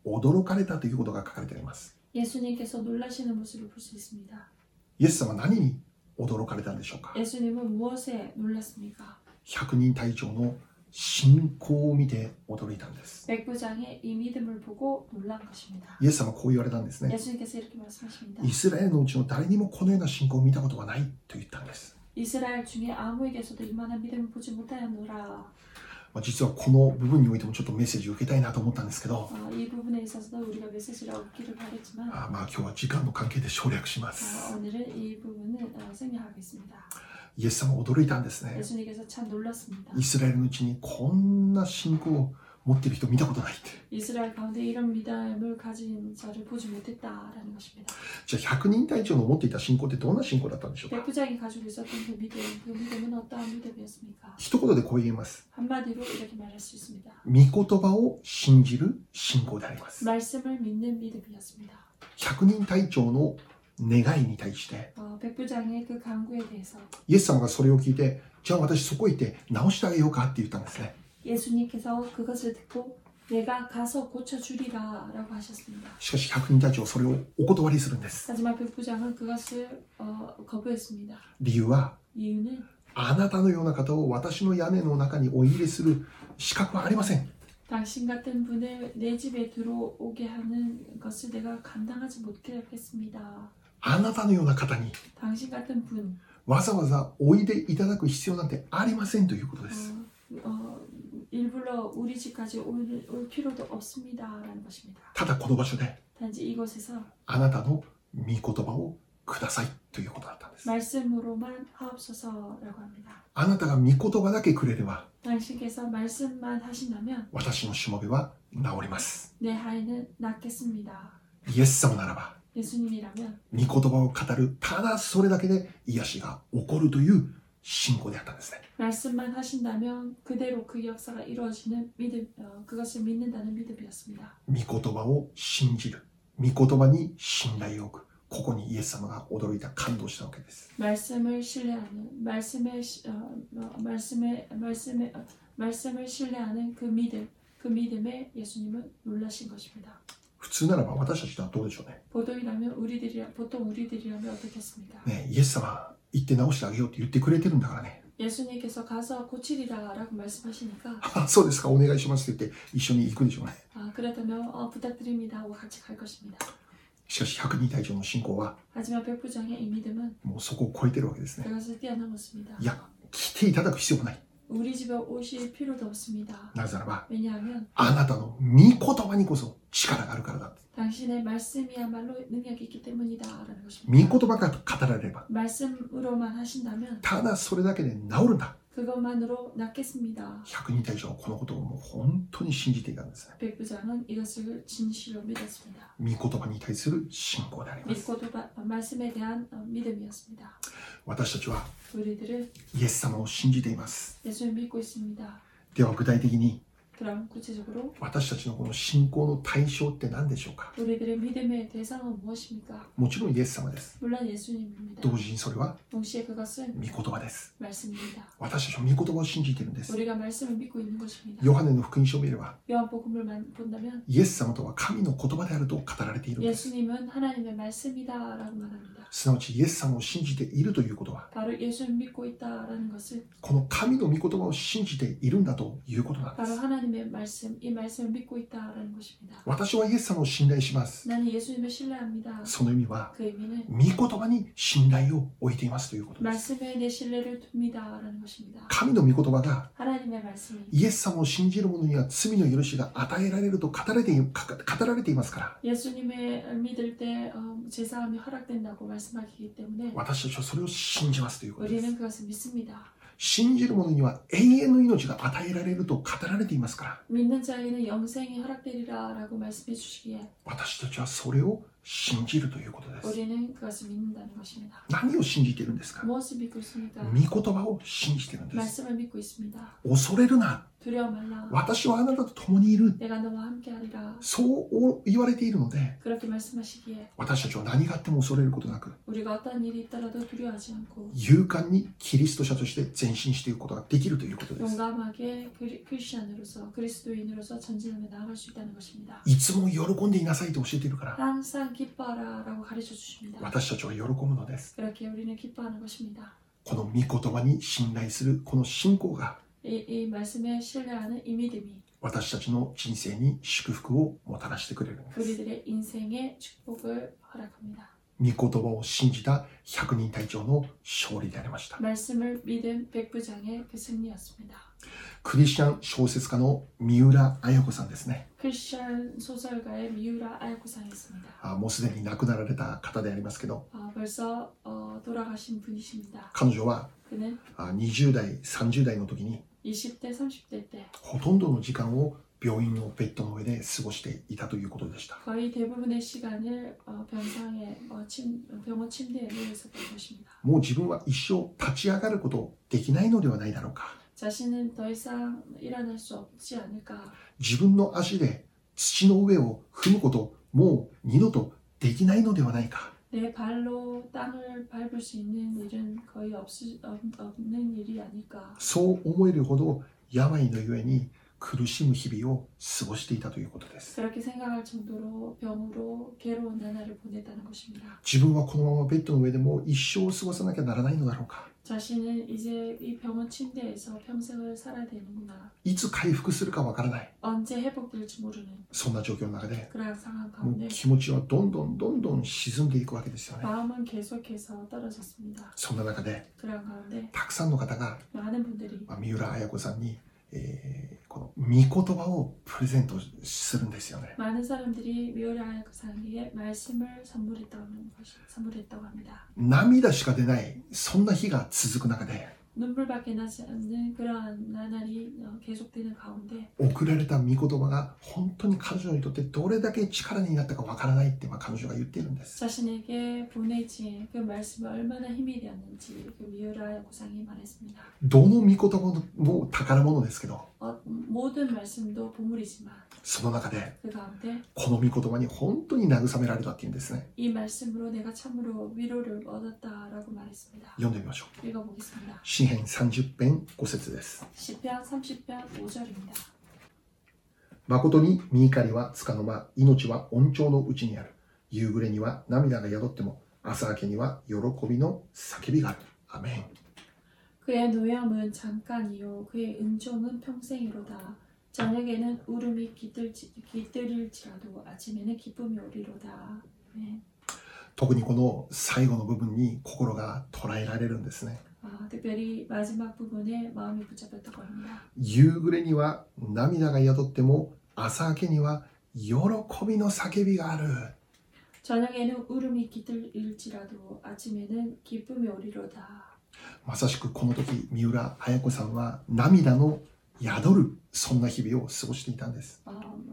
Speaker 1: 驚かれたということが書かれてあります。
Speaker 2: 예수님께서 놀라시는 모습을 볼 수 있습니다.
Speaker 1: イエス様は何に驚かれたんでしょうか
Speaker 2: 예수님은 무엇에 놀랐습니까?
Speaker 1: 100人隊長の信仰を見て驚いたんです。
Speaker 2: 백부장의 이 믿음을 보고 놀란 것입니다.
Speaker 1: イエス様はこう言われたんですね。
Speaker 2: 예수님께서 이렇게 말씀하십니다.
Speaker 1: イスラエルのうちの誰にもこのような信仰を見たことはないと言ったんです。
Speaker 2: 이스라엘 중에 아무에게서도 이만한 믿음을 보지 못하였노라.
Speaker 1: まあ、実はこの部分においてもちょっとメッセージを受けたいなと思ったんですけど、
Speaker 2: 아, 이 부분에 있어서도 우리가 메시지를 얻기를 바랬지만
Speaker 1: あーまあ今日は時間の関係で省略しま
Speaker 2: 아,
Speaker 1: す。
Speaker 2: 오늘은 이 부분을 아, 생략하겠습니다.
Speaker 1: イエス様は驚いたんですね。
Speaker 2: 예수님께서 참 놀랐습니다.
Speaker 1: イスラエルのうちにこんな信仰を持ってる人見たことないって。
Speaker 2: 이스라엘 가운데 이런 믿음을 가진 자를 보지 못했다라는 것입니다.
Speaker 1: じゃあ100人隊長の持っていた信仰ってどんな信仰だったんでしょうか
Speaker 2: 백부장이 가지고 있었던 그 믿음, 그 믿음은 어떠한 믿음이었습니까?
Speaker 1: 一言でこう言えます。
Speaker 2: 한마디로 이렇게 말할 수 있습니다.
Speaker 1: 御言葉を信じる信仰であります。
Speaker 2: 말씀을 믿는 믿음이었습니다.
Speaker 1: 100人隊長の願いに対して、
Speaker 2: 어, 백부장의 그 강구에 대해서
Speaker 1: イエス様がそれを聞いて、じゃあ私そこ行って直してあげようかって言ったんですね。
Speaker 2: 예수님께서 그것을 듣고 내가 가서 고쳐주리라 라고 하셨습니다.
Speaker 1: しかし100人隊長はそれをお断りするんです。
Speaker 2: 하지만 백부장은 그것을 어, 거부했습니다.
Speaker 1: 理由は、
Speaker 2: 이유는
Speaker 1: あなたのような方を私の屋根の中にお入れする資格はありません。
Speaker 2: 당신 같은 분을 내 집에 들어오게 하는 것을 내가 감당하지 못하겠습니다.
Speaker 1: あなたのような方に
Speaker 2: 당신 같은 분,
Speaker 1: わざわざおいでいただく必要なんてありませんということです。
Speaker 2: 어, 어, 일부러 우리 집까지 올, 올 필요도 없습니다. 라는 것입니다.
Speaker 1: ただこの場所で
Speaker 2: 단지 이곳에서
Speaker 1: あなたの御言葉をくださいということだったんです。
Speaker 2: 말씀으로만 하옵소서라고 합니다.
Speaker 1: あなたが御言葉だけくれれば
Speaker 2: 당신께서 말씀만 하신다면
Speaker 1: 私のしもべは治ります。
Speaker 2: 내 하인은 낫겠습니다.
Speaker 1: イエス様ならば
Speaker 2: 예수님이라면
Speaker 1: 御言葉を語るただそれだけで癒しが起こるという信仰であったんですね。
Speaker 2: 말씀만 하신다면 그대로 그 역사가 이루어지는 믿음, 어, 그것을 믿는다는 믿음이었습니다.
Speaker 1: 御言葉を信じる。御言葉に信頼を置く。ここにイエス様が驚いた、感動したわけです。
Speaker 2: 말씀을 신뢰하는 말씀의 시- 어, 어, 말씀의 말씀의 어, 말씀을 신뢰하는 그 믿음, 그 믿음에 예수님은 놀라신 것입니다.
Speaker 1: 普通ならば私たちとはどうでしょうね。
Speaker 2: 보통이라면 우리들이 보통 우리들이라면 어떻겠습니까?
Speaker 1: ねえイエス様、行って直してあげようって言ってくれてるんだからね。
Speaker 2: 예수님께서 가서 고치리라라고 말씀하시니까
Speaker 1: あそうですか、お願いしますって言って一緒に行くんでしょうね。
Speaker 2: 아, 그렇다면 어, 부탁드립니다 하고 같이 갈 것입니다.
Speaker 1: しかし100人隊長の信仰は
Speaker 2: 하지만 백부장의 이 믿음은
Speaker 1: もうそこを超えてるわけですね。
Speaker 2: 그것을 뛰어넘었습니다.
Speaker 1: いや、来ていただく必要もない。
Speaker 2: 우리 집에 오실 필요도 없습니다.
Speaker 1: なぜならば、
Speaker 2: 왜냐하면
Speaker 1: あなたの御言葉にこそ力があるからだ。
Speaker 2: 당신의 말씀이야말로 능력이 있기 때문이다라는
Speaker 1: 御言
Speaker 2: 것입니다.
Speaker 1: 葉が語られれば、
Speaker 2: 말씀으로만 하신다면
Speaker 1: ただそれだけで治るんだ。
Speaker 2: 그것만으로 낫겠습니다.
Speaker 1: 100人隊長はこのことをもう本当に信じていたんですね。
Speaker 2: 백부장은 이것을 진실로 믿었습니다.
Speaker 1: 御言葉に対する信仰であります。
Speaker 2: 믿고도 바- 말씀에 대한 어, 믿음이었습니다.
Speaker 1: 私たちは
Speaker 2: 우리들은
Speaker 1: イエス様を信じています。
Speaker 2: 예수를 믿고 있습니다.
Speaker 1: では具体的に
Speaker 2: 그럼 구체적으로
Speaker 1: 私たちのこの信仰の対象って何でしょうか
Speaker 2: 우리들의 믿음의 대상은 무엇입니까?
Speaker 1: もちろんイエス様です。
Speaker 2: 물론 예수님입니다.
Speaker 1: 同時にそれは
Speaker 2: 동시에 그것은
Speaker 1: 御言葉です。
Speaker 2: 말씀입니다.
Speaker 1: 私たちは御言葉を信じているんです。
Speaker 2: 우리가 말씀을 믿고 있는 것입니다.
Speaker 1: ヨハネの福音書を見れば、
Speaker 2: 요한복음을 만- 본다면
Speaker 1: イエス様とは神の言葉であると語られているんです。
Speaker 2: 예수님은 하나님의 말씀이다라고 말합니다.
Speaker 1: すなわちイエス様を信じているということは、
Speaker 2: 바로 예수를 믿고 있다라는 것은
Speaker 1: この神の御言葉を信じているんだということなんで
Speaker 2: 바로
Speaker 1: す。
Speaker 2: 하나님의 말씀, 이 말씀을 믿고 있다라는 것입니다.
Speaker 1: 私はイエス様を信頼します。
Speaker 2: 나는 예수님을 신뢰합니다.
Speaker 1: その意味は、
Speaker 2: 그 의미는
Speaker 1: 御言葉に信頼を置いていますということです。
Speaker 2: 말씀에 내 신뢰를 둡니다라는 것입니다.
Speaker 1: 神の御言葉が
Speaker 2: 하나님의 말씀이
Speaker 1: イエス様を信じる者には罪の許しが与えられると語られていか語られていますから、
Speaker 2: 예수님을 믿을 때 어, 제사함이 허락된다고 말씀하기 때문에
Speaker 1: 私たちはそれを信じますということです
Speaker 2: 우리는 。 그것을 믿습니다.
Speaker 1: 信じる者には永遠の命が与えられると語られていますから、
Speaker 2: 믿는 자에게는 영생이 허락되리라라고 말씀해 주시기에
Speaker 1: 私たちはそれを信じるということです。
Speaker 2: 우리는 그것을 믿는다는 것입니다.
Speaker 1: 何を信じているんですか
Speaker 2: 무엇을 믿고 있습니까?
Speaker 1: 御言葉を信じているんです。
Speaker 2: 말씀을 믿고 있습니다.
Speaker 1: 恐れるな。
Speaker 2: 두려워 말라.
Speaker 1: 私はあなたと共にいる。
Speaker 2: 내가 너와 함께하리라.
Speaker 1: そう言われているので、
Speaker 2: 그렇게 말씀하시기에
Speaker 1: 私たちは何があっても恐れることなく、
Speaker 2: 우리가 어떤 일이 있더라도 두려워하지 않고
Speaker 1: 勇敢にキリスト者として前進していくことができるということです。
Speaker 2: 용감하게 그리, 크리스천으로서 그리스도인으로서 전진하며 나아갈 수 있다는 것입니다.
Speaker 1: いつも喜んでいなさいと教えているから、
Speaker 2: 항상 기뻐하라라고 가르쳐 주십니다.
Speaker 1: 私たちは喜ぶのです。
Speaker 2: 그렇게 우리는 기뻐하는 것입니다.
Speaker 1: この御言葉に信頼するこの信仰が、
Speaker 2: 이, 이 말씀에 신뢰하는 이 믿음이
Speaker 1: 私たちの人生に祝福をもたらしてくれるんです。
Speaker 2: 우리들의 인생에 축복을 허락합니다.
Speaker 1: 御言葉を信じた100人隊長の勝利でありました。
Speaker 2: 말씀을 믿은 백부장의 그 승리였습니다.
Speaker 1: クリスチャン小説家の三浦綾子さんですね。
Speaker 2: 크리스천 소설가의 미우라 아야코상이었습니다.
Speaker 1: あもうすでに亡くなられた方でありますけど、
Speaker 2: 어, 벌써 어, 돌아가신 분이십니다.
Speaker 1: 彼女は
Speaker 2: 그는
Speaker 1: あ20代、30代の時に
Speaker 2: 20대, 30대 때
Speaker 1: ほとんどの時間を病院のベッドの上で過ごしていたということでした。
Speaker 2: 거의 대부분의 시간을 어, 병상에 어, 침, 병원 침대에 누워 있었던 것입니다.
Speaker 1: もう自分は一生立ち上がることできないのではないだろうか。
Speaker 2: 자신은 더 이상 일어날 수 없지 않을까.
Speaker 1: 自分の足で土の上を踏むこともう二度とできないのではないか
Speaker 2: 내 발로 땅을 밟을 수 있는 일은 거의 없을, 없, 없는 일이 아닐까.
Speaker 1: そう思えるほど病のゆえに苦しむ日々を過ごしていたということです
Speaker 2: 그렇게 생각할 정도로 병으로 괴로운 나날을 보냈다는 것입니다.
Speaker 1: 自分はこのままベッドの上でもう一生を過ごさなきゃならないのだろうか
Speaker 2: 자신은 이제 이 병원 침대에서 평생을 살아야 되는구나.
Speaker 1: いつ回復するかわからない
Speaker 2: 언제 회복될지 모르는
Speaker 1: そんな状況の中で
Speaker 2: 그러한 상황
Speaker 1: もう
Speaker 2: 가운데
Speaker 1: 気持ちはどんどんどんどん沈んでいくわけですよね
Speaker 2: 마음은 계속해서 떨어졌습니다.
Speaker 1: そんな中で
Speaker 2: 그러한 가운데
Speaker 1: たくさんの方が、
Speaker 2: 많은 분들이
Speaker 1: まあ、三浦綾子さんに、えーこの御言葉をプレゼントするんですよね
Speaker 2: 많은 사람들이 미오라 그 상기에 말씀을 선물했다는 것이 선물했다고 합니다.
Speaker 1: 涙しか出ないそんな日が続く中で
Speaker 2: 눈물밖에 나지 않는 그러한 나날이 어, 계속되는 가운데
Speaker 1: 送られた御言葉が本当に彼女にとってどれだけ力になったかわからないってまあ彼女が言っているんです
Speaker 2: 자신에게 보내진 그 말씀이 얼마나 힘이 되었는지 그 미오라 고상이 말했습니다.
Speaker 1: どの御言葉も宝物ですけど
Speaker 2: 어, 모든 말씀도 보물이지만
Speaker 1: その中で
Speaker 2: 그 가운데
Speaker 1: この御言葉に本当に慰められたっていうんですね
Speaker 2: 이 말씀으로 내가 참으로 위로를 얻었다라고 말했습니다.
Speaker 1: 読んでみましょう
Speaker 2: 읽어보겠습니다.
Speaker 1: 詩編30編5節です
Speaker 2: 10편 30편 5절입니다.
Speaker 1: 誠に身怒りはつかの間命は恩寵のうちにある夕暮れには涙が宿っても朝明けには喜びの叫びがあるアメン
Speaker 2: 그의 노염은 잠깐이요 그의 은총은 평생이로다. 저녁에는 울음이 깃들지, 깃들일지라도 아침에는 기쁨이 오리로다. 네.
Speaker 1: 特にこの最後の部分に心が捉えられるんですね
Speaker 2: 아, 특별히 마지막 부분에 마음이 붙잡혔던 겁니다.
Speaker 1: 夕暮れには涙が宿っても朝明けには喜びの叫びがある
Speaker 2: 저녁에는 울음이 깃들일지라도 아침에는 기쁨이 오리로다.
Speaker 1: まさしくこの時三浦綾子さんは涙の宿るそんな日々を過ごしていたんです
Speaker 2: 아,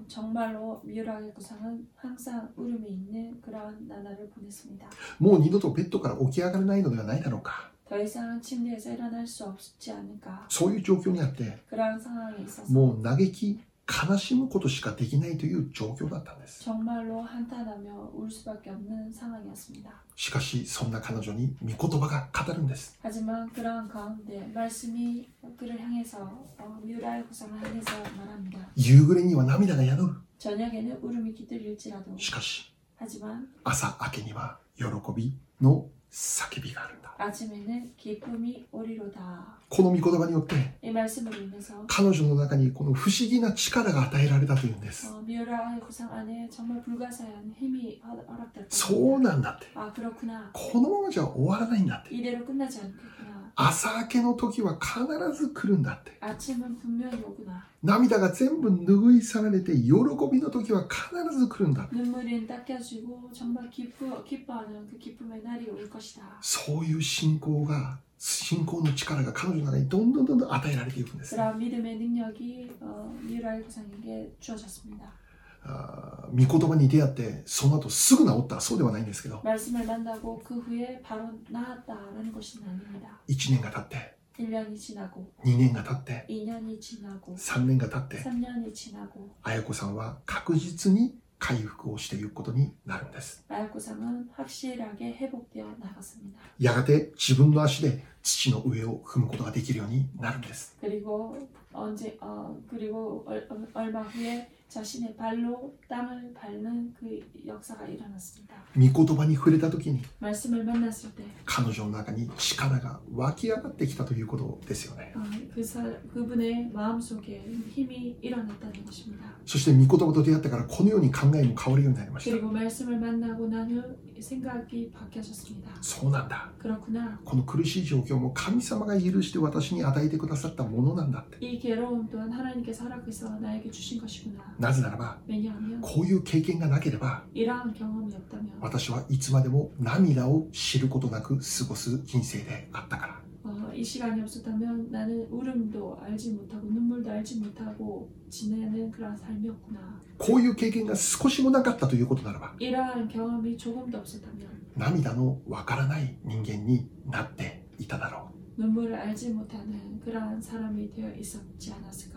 Speaker 2: 정말로 미우라의 구상은 항상 울음이 있는 그러한 나날을 보냈습니다.
Speaker 1: もう二度とベッドから起き上がれないのではないだろうか
Speaker 2: 더 이상 침대에서 일어날 수 없지 않을까.
Speaker 1: そういう状況にあって
Speaker 2: 그러한 상황에 있어서
Speaker 1: もう嘆き悲しむことしかできないという状況だったんです
Speaker 2: 정말로 한탄하며 울 수밖에 없는 상황이었습니다.
Speaker 1: しかしそんな彼女に御言葉が語るんです
Speaker 2: 하지만 그러한 가운데 말씀이 그를 향해서 어, 미우라의 구상을 향해서 말합니다.
Speaker 1: 夕暮れには涙が宿る
Speaker 2: 저녁에는 울음이 깃들일지라도
Speaker 1: しかし
Speaker 2: 하지만
Speaker 1: 朝明けには喜びの叫びがあるんだ
Speaker 2: 아침에는 기쁨이 오리로다.
Speaker 1: この御言葉によって
Speaker 2: 이 말씀으로 인해서
Speaker 1: 彼女の中にこの不思議な力が与えられたというんです
Speaker 2: 어, 미우라의 구상 안에 정말 불가사의한 힘이 허- 허락됐다.
Speaker 1: そうなんだって
Speaker 2: 아 그렇구나.
Speaker 1: このままじゃ終わらないんだって
Speaker 2: 이대로 끝나지 않겠구나.
Speaker 1: 朝明けの時は必ず来るんだって
Speaker 2: 아침은 분명히 오구나.
Speaker 1: 涙が全部拭い去られて喜びの時は必ず来るんだ
Speaker 2: 눈물은 닦여지고 정말 기뻐, 기뻐하는 그 기쁨의 날이 올 것이다.
Speaker 1: そういう信仰が信仰の力が彼女の中にどんどんどんどん与えられていくんですね
Speaker 2: 그런 믿음의 능력이 어, 미라이 구상에게 주어졌습니다.
Speaker 1: あー御言葉に出会ってその後すぐ治ったそうではないんですけど
Speaker 2: 말씀을 만나고 그 후에 바로 나았다라는 것이 아닙니다.
Speaker 1: 1年が経って
Speaker 2: 1년이 지나고
Speaker 1: 2年が経って
Speaker 2: 2년이 지나고
Speaker 1: 3年が経って
Speaker 2: 3년이 지나고
Speaker 1: 綾子さんは確実に回復をしていくことになるんです
Speaker 2: 마약구상은 확실하게 회복되어 나갔습니다.
Speaker 1: やがて自分の足で土の上を踏むことができるようになるんです
Speaker 2: 그리고 언제 어 그리고 얼, 얼- 얼마 후에 자신의 발로 땅을 밟는 그 역사가 일어났습니다.
Speaker 1: 御言葉に触れた時に
Speaker 2: 말씀을 만났을 때
Speaker 1: 彼女の中に力が湧き上がってきたということですよね
Speaker 2: 어, 그 사, 그분의 마음 속에 힘이 일어났다는 것입니다.
Speaker 1: そして御言葉と出会ってからこのように考えも変わるようになりました
Speaker 2: 그리고 말씀을 만나고 난 후 생각이 바뀌어졌습니다.
Speaker 1: そうなんだ
Speaker 2: 그렇구나.
Speaker 1: この苦しい状況も神様が許して私に与えてくださったものなんだって
Speaker 2: 이 괴로움 또한 하나님께서 허락해서 나에게 주신 것이구나.
Speaker 1: なぜならば
Speaker 2: 왜냐하면
Speaker 1: こういう経験がなければ
Speaker 2: 이러한 경험이 없다면
Speaker 1: 私はいつまでも涙を知ることなく過ごす人生であったから
Speaker 2: 어, 이 시간이 없었다면 나는 울음도 알지 못하고 눈물도 알지 못하고 지내는 그런 삶이었구나.
Speaker 1: こういう経験が少しもなかったということならば
Speaker 2: 이러한 경험이 조금도 없었다면
Speaker 1: 涙のわからない人間になっていただろう
Speaker 2: 눈물을 알지 못하는 그러한 사람이 되어 있었지 않았을까.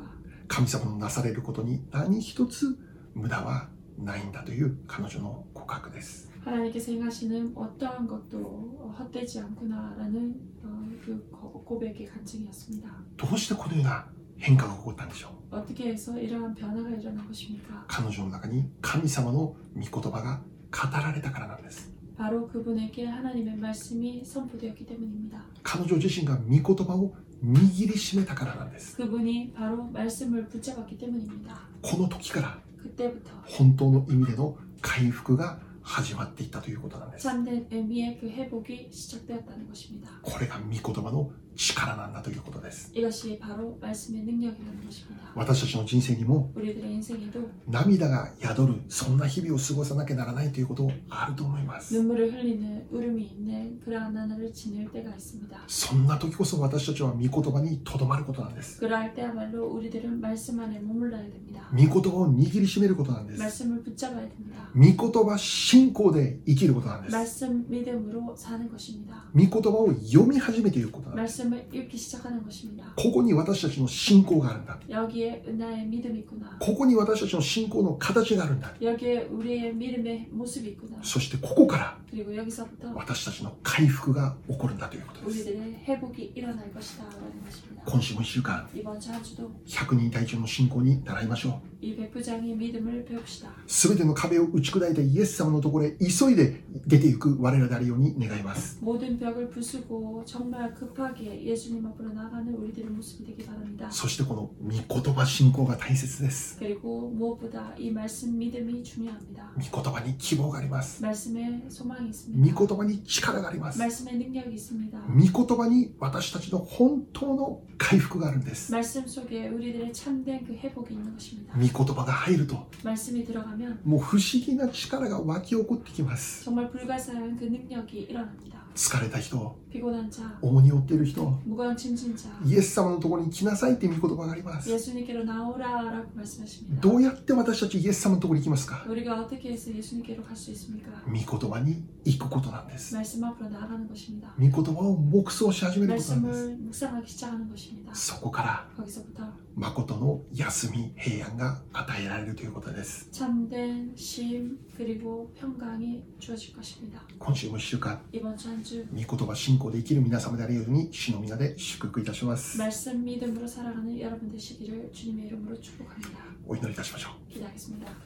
Speaker 1: 神様のなされることに何一つ無駄はないんだという彼女の告白です
Speaker 2: 하나님께서 행하시는 어떠한 것도 헛되지 않구나라는 어, 그 고- 고백의 간증이었습니다.
Speaker 1: どうしてこのような変化が起こったんでしょう
Speaker 2: 어떻게 해서 이러한 변화가 일어난 것입니까?
Speaker 1: 彼女の中に神様の御言葉が語られたからなんです
Speaker 2: 바로 그분에게 하나님의 말씀이 선포되었기 때문입니다.
Speaker 1: 彼女自身が御言葉を握りしめたからなんです
Speaker 2: 그분이 바로 말씀을 붙잡았기 때문입니다.
Speaker 1: この時から
Speaker 2: 그때부터
Speaker 1: 本当の意味での回復が始まっていったということなんです
Speaker 2: 참된 의미의 그 회복이 시작되었다는 것입니다.
Speaker 1: これが御言葉の力なんだということです
Speaker 2: 이것이 바로 말씀의 능력이라는 것입니다.
Speaker 1: 私たちの人生にも
Speaker 2: 우리들의 인생에도
Speaker 1: 涙が宿るそんな日々を過ごさなきゃならないということあると思います
Speaker 2: 눈물을 흘리는 울음이 있는 그러한 하나를 지낼 때가 있습니다.
Speaker 1: そんな時こそ私たちは御言葉にとどまることなんです
Speaker 2: 그러할 때야말로 우리들은 말씀 안에 머물러야 됩니다.
Speaker 1: 御言葉を握りしめることなんです
Speaker 2: 말씀을 붙잡아야 됩니다.
Speaker 1: 御言葉信仰で生きることなんです
Speaker 2: 말씀 믿음으로 사는 것입니다.
Speaker 1: 御言葉を読み始めていることなんです
Speaker 2: 말씀을 읽기 시작하는 것입니다.
Speaker 1: ここに私たちの信仰があるんだ
Speaker 2: 여기에 나의 믿음이 있구나.
Speaker 1: ここに私たちの信仰の形があるんだ
Speaker 2: 여기에 우리의 믿음의 모습이 있구나.
Speaker 1: そしてここから
Speaker 2: 그리고 여기서부터
Speaker 1: 私たちの回復が起こるんだということです
Speaker 2: 우리들의 회복이 일어날 것이다 라는 것입니다.
Speaker 1: 今週も1週間
Speaker 2: 이번 주 한 주도
Speaker 1: 100人隊長の信仰に習いましょ
Speaker 2: 이 백부장의 믿음을 배웁시다.
Speaker 1: うすべての壁を打ち砕いたイエス様のところへ急いで出ていく我らであるように願います
Speaker 2: 모든 벽을 부수고 정말 급하게 예수님 앞으로 나가는 우리들의 모습이 되길 바랍니다.
Speaker 1: そしてこの御言葉信仰が大切です
Speaker 2: 그리고 무엇보다 이 말씀 믿음이 중요합니다.
Speaker 1: 御言葉に希望があります
Speaker 2: 말씀에 소망이
Speaker 1: 御
Speaker 2: 있습니다.
Speaker 1: 言葉に力があります
Speaker 2: 말씀에 능력이 있습니다.
Speaker 1: 御言葉に私たちの本当の回復があるんです
Speaker 2: 말씀 속에 우리들의 참된 그 회복이 있는 것입니다.
Speaker 1: 御言葉が入ると
Speaker 2: 말씀이 들어가면
Speaker 1: もう不思議な力が湧き起こってきます
Speaker 2: 정말 불가사의한 그 능력이 일어납니다.
Speaker 1: 疲れた人
Speaker 2: 피곤한 자,
Speaker 1: 重荷を負っている人
Speaker 2: 무거운 짐진 자,
Speaker 1: イエス様のところに来なさいって御言葉があります
Speaker 2: 예수님께로 나오라라고 말씀하십니다.
Speaker 1: どうやって私たちイエス様のところに行きますか
Speaker 2: 우리가 어떻게 해서 예수님께로 갈 수 있습니까?
Speaker 1: 御言葉に行くことなんです
Speaker 2: 말씀 앞으로 나아가는 것입니다.
Speaker 1: 御言葉を黙想し始めることなんで
Speaker 2: 말씀을 묵상하기 시작하는 것입니다.
Speaker 1: すそこから
Speaker 2: 거기서부터
Speaker 1: 誠の休み平安が与えられるということです
Speaker 2: 참된 쉼 그리고 평강이 주어질 것입니다.
Speaker 1: 今週も1週間
Speaker 2: 이번 주 한 주
Speaker 1: 御言葉信仰で生きる皆様であるように主の皆で祝福いたします
Speaker 2: 말씀 믿음으로 살아가는 여러분 되시기를 주님의 이름으로 축복합니다.
Speaker 1: お祈りいたしましょう
Speaker 2: 기도하겠습니다.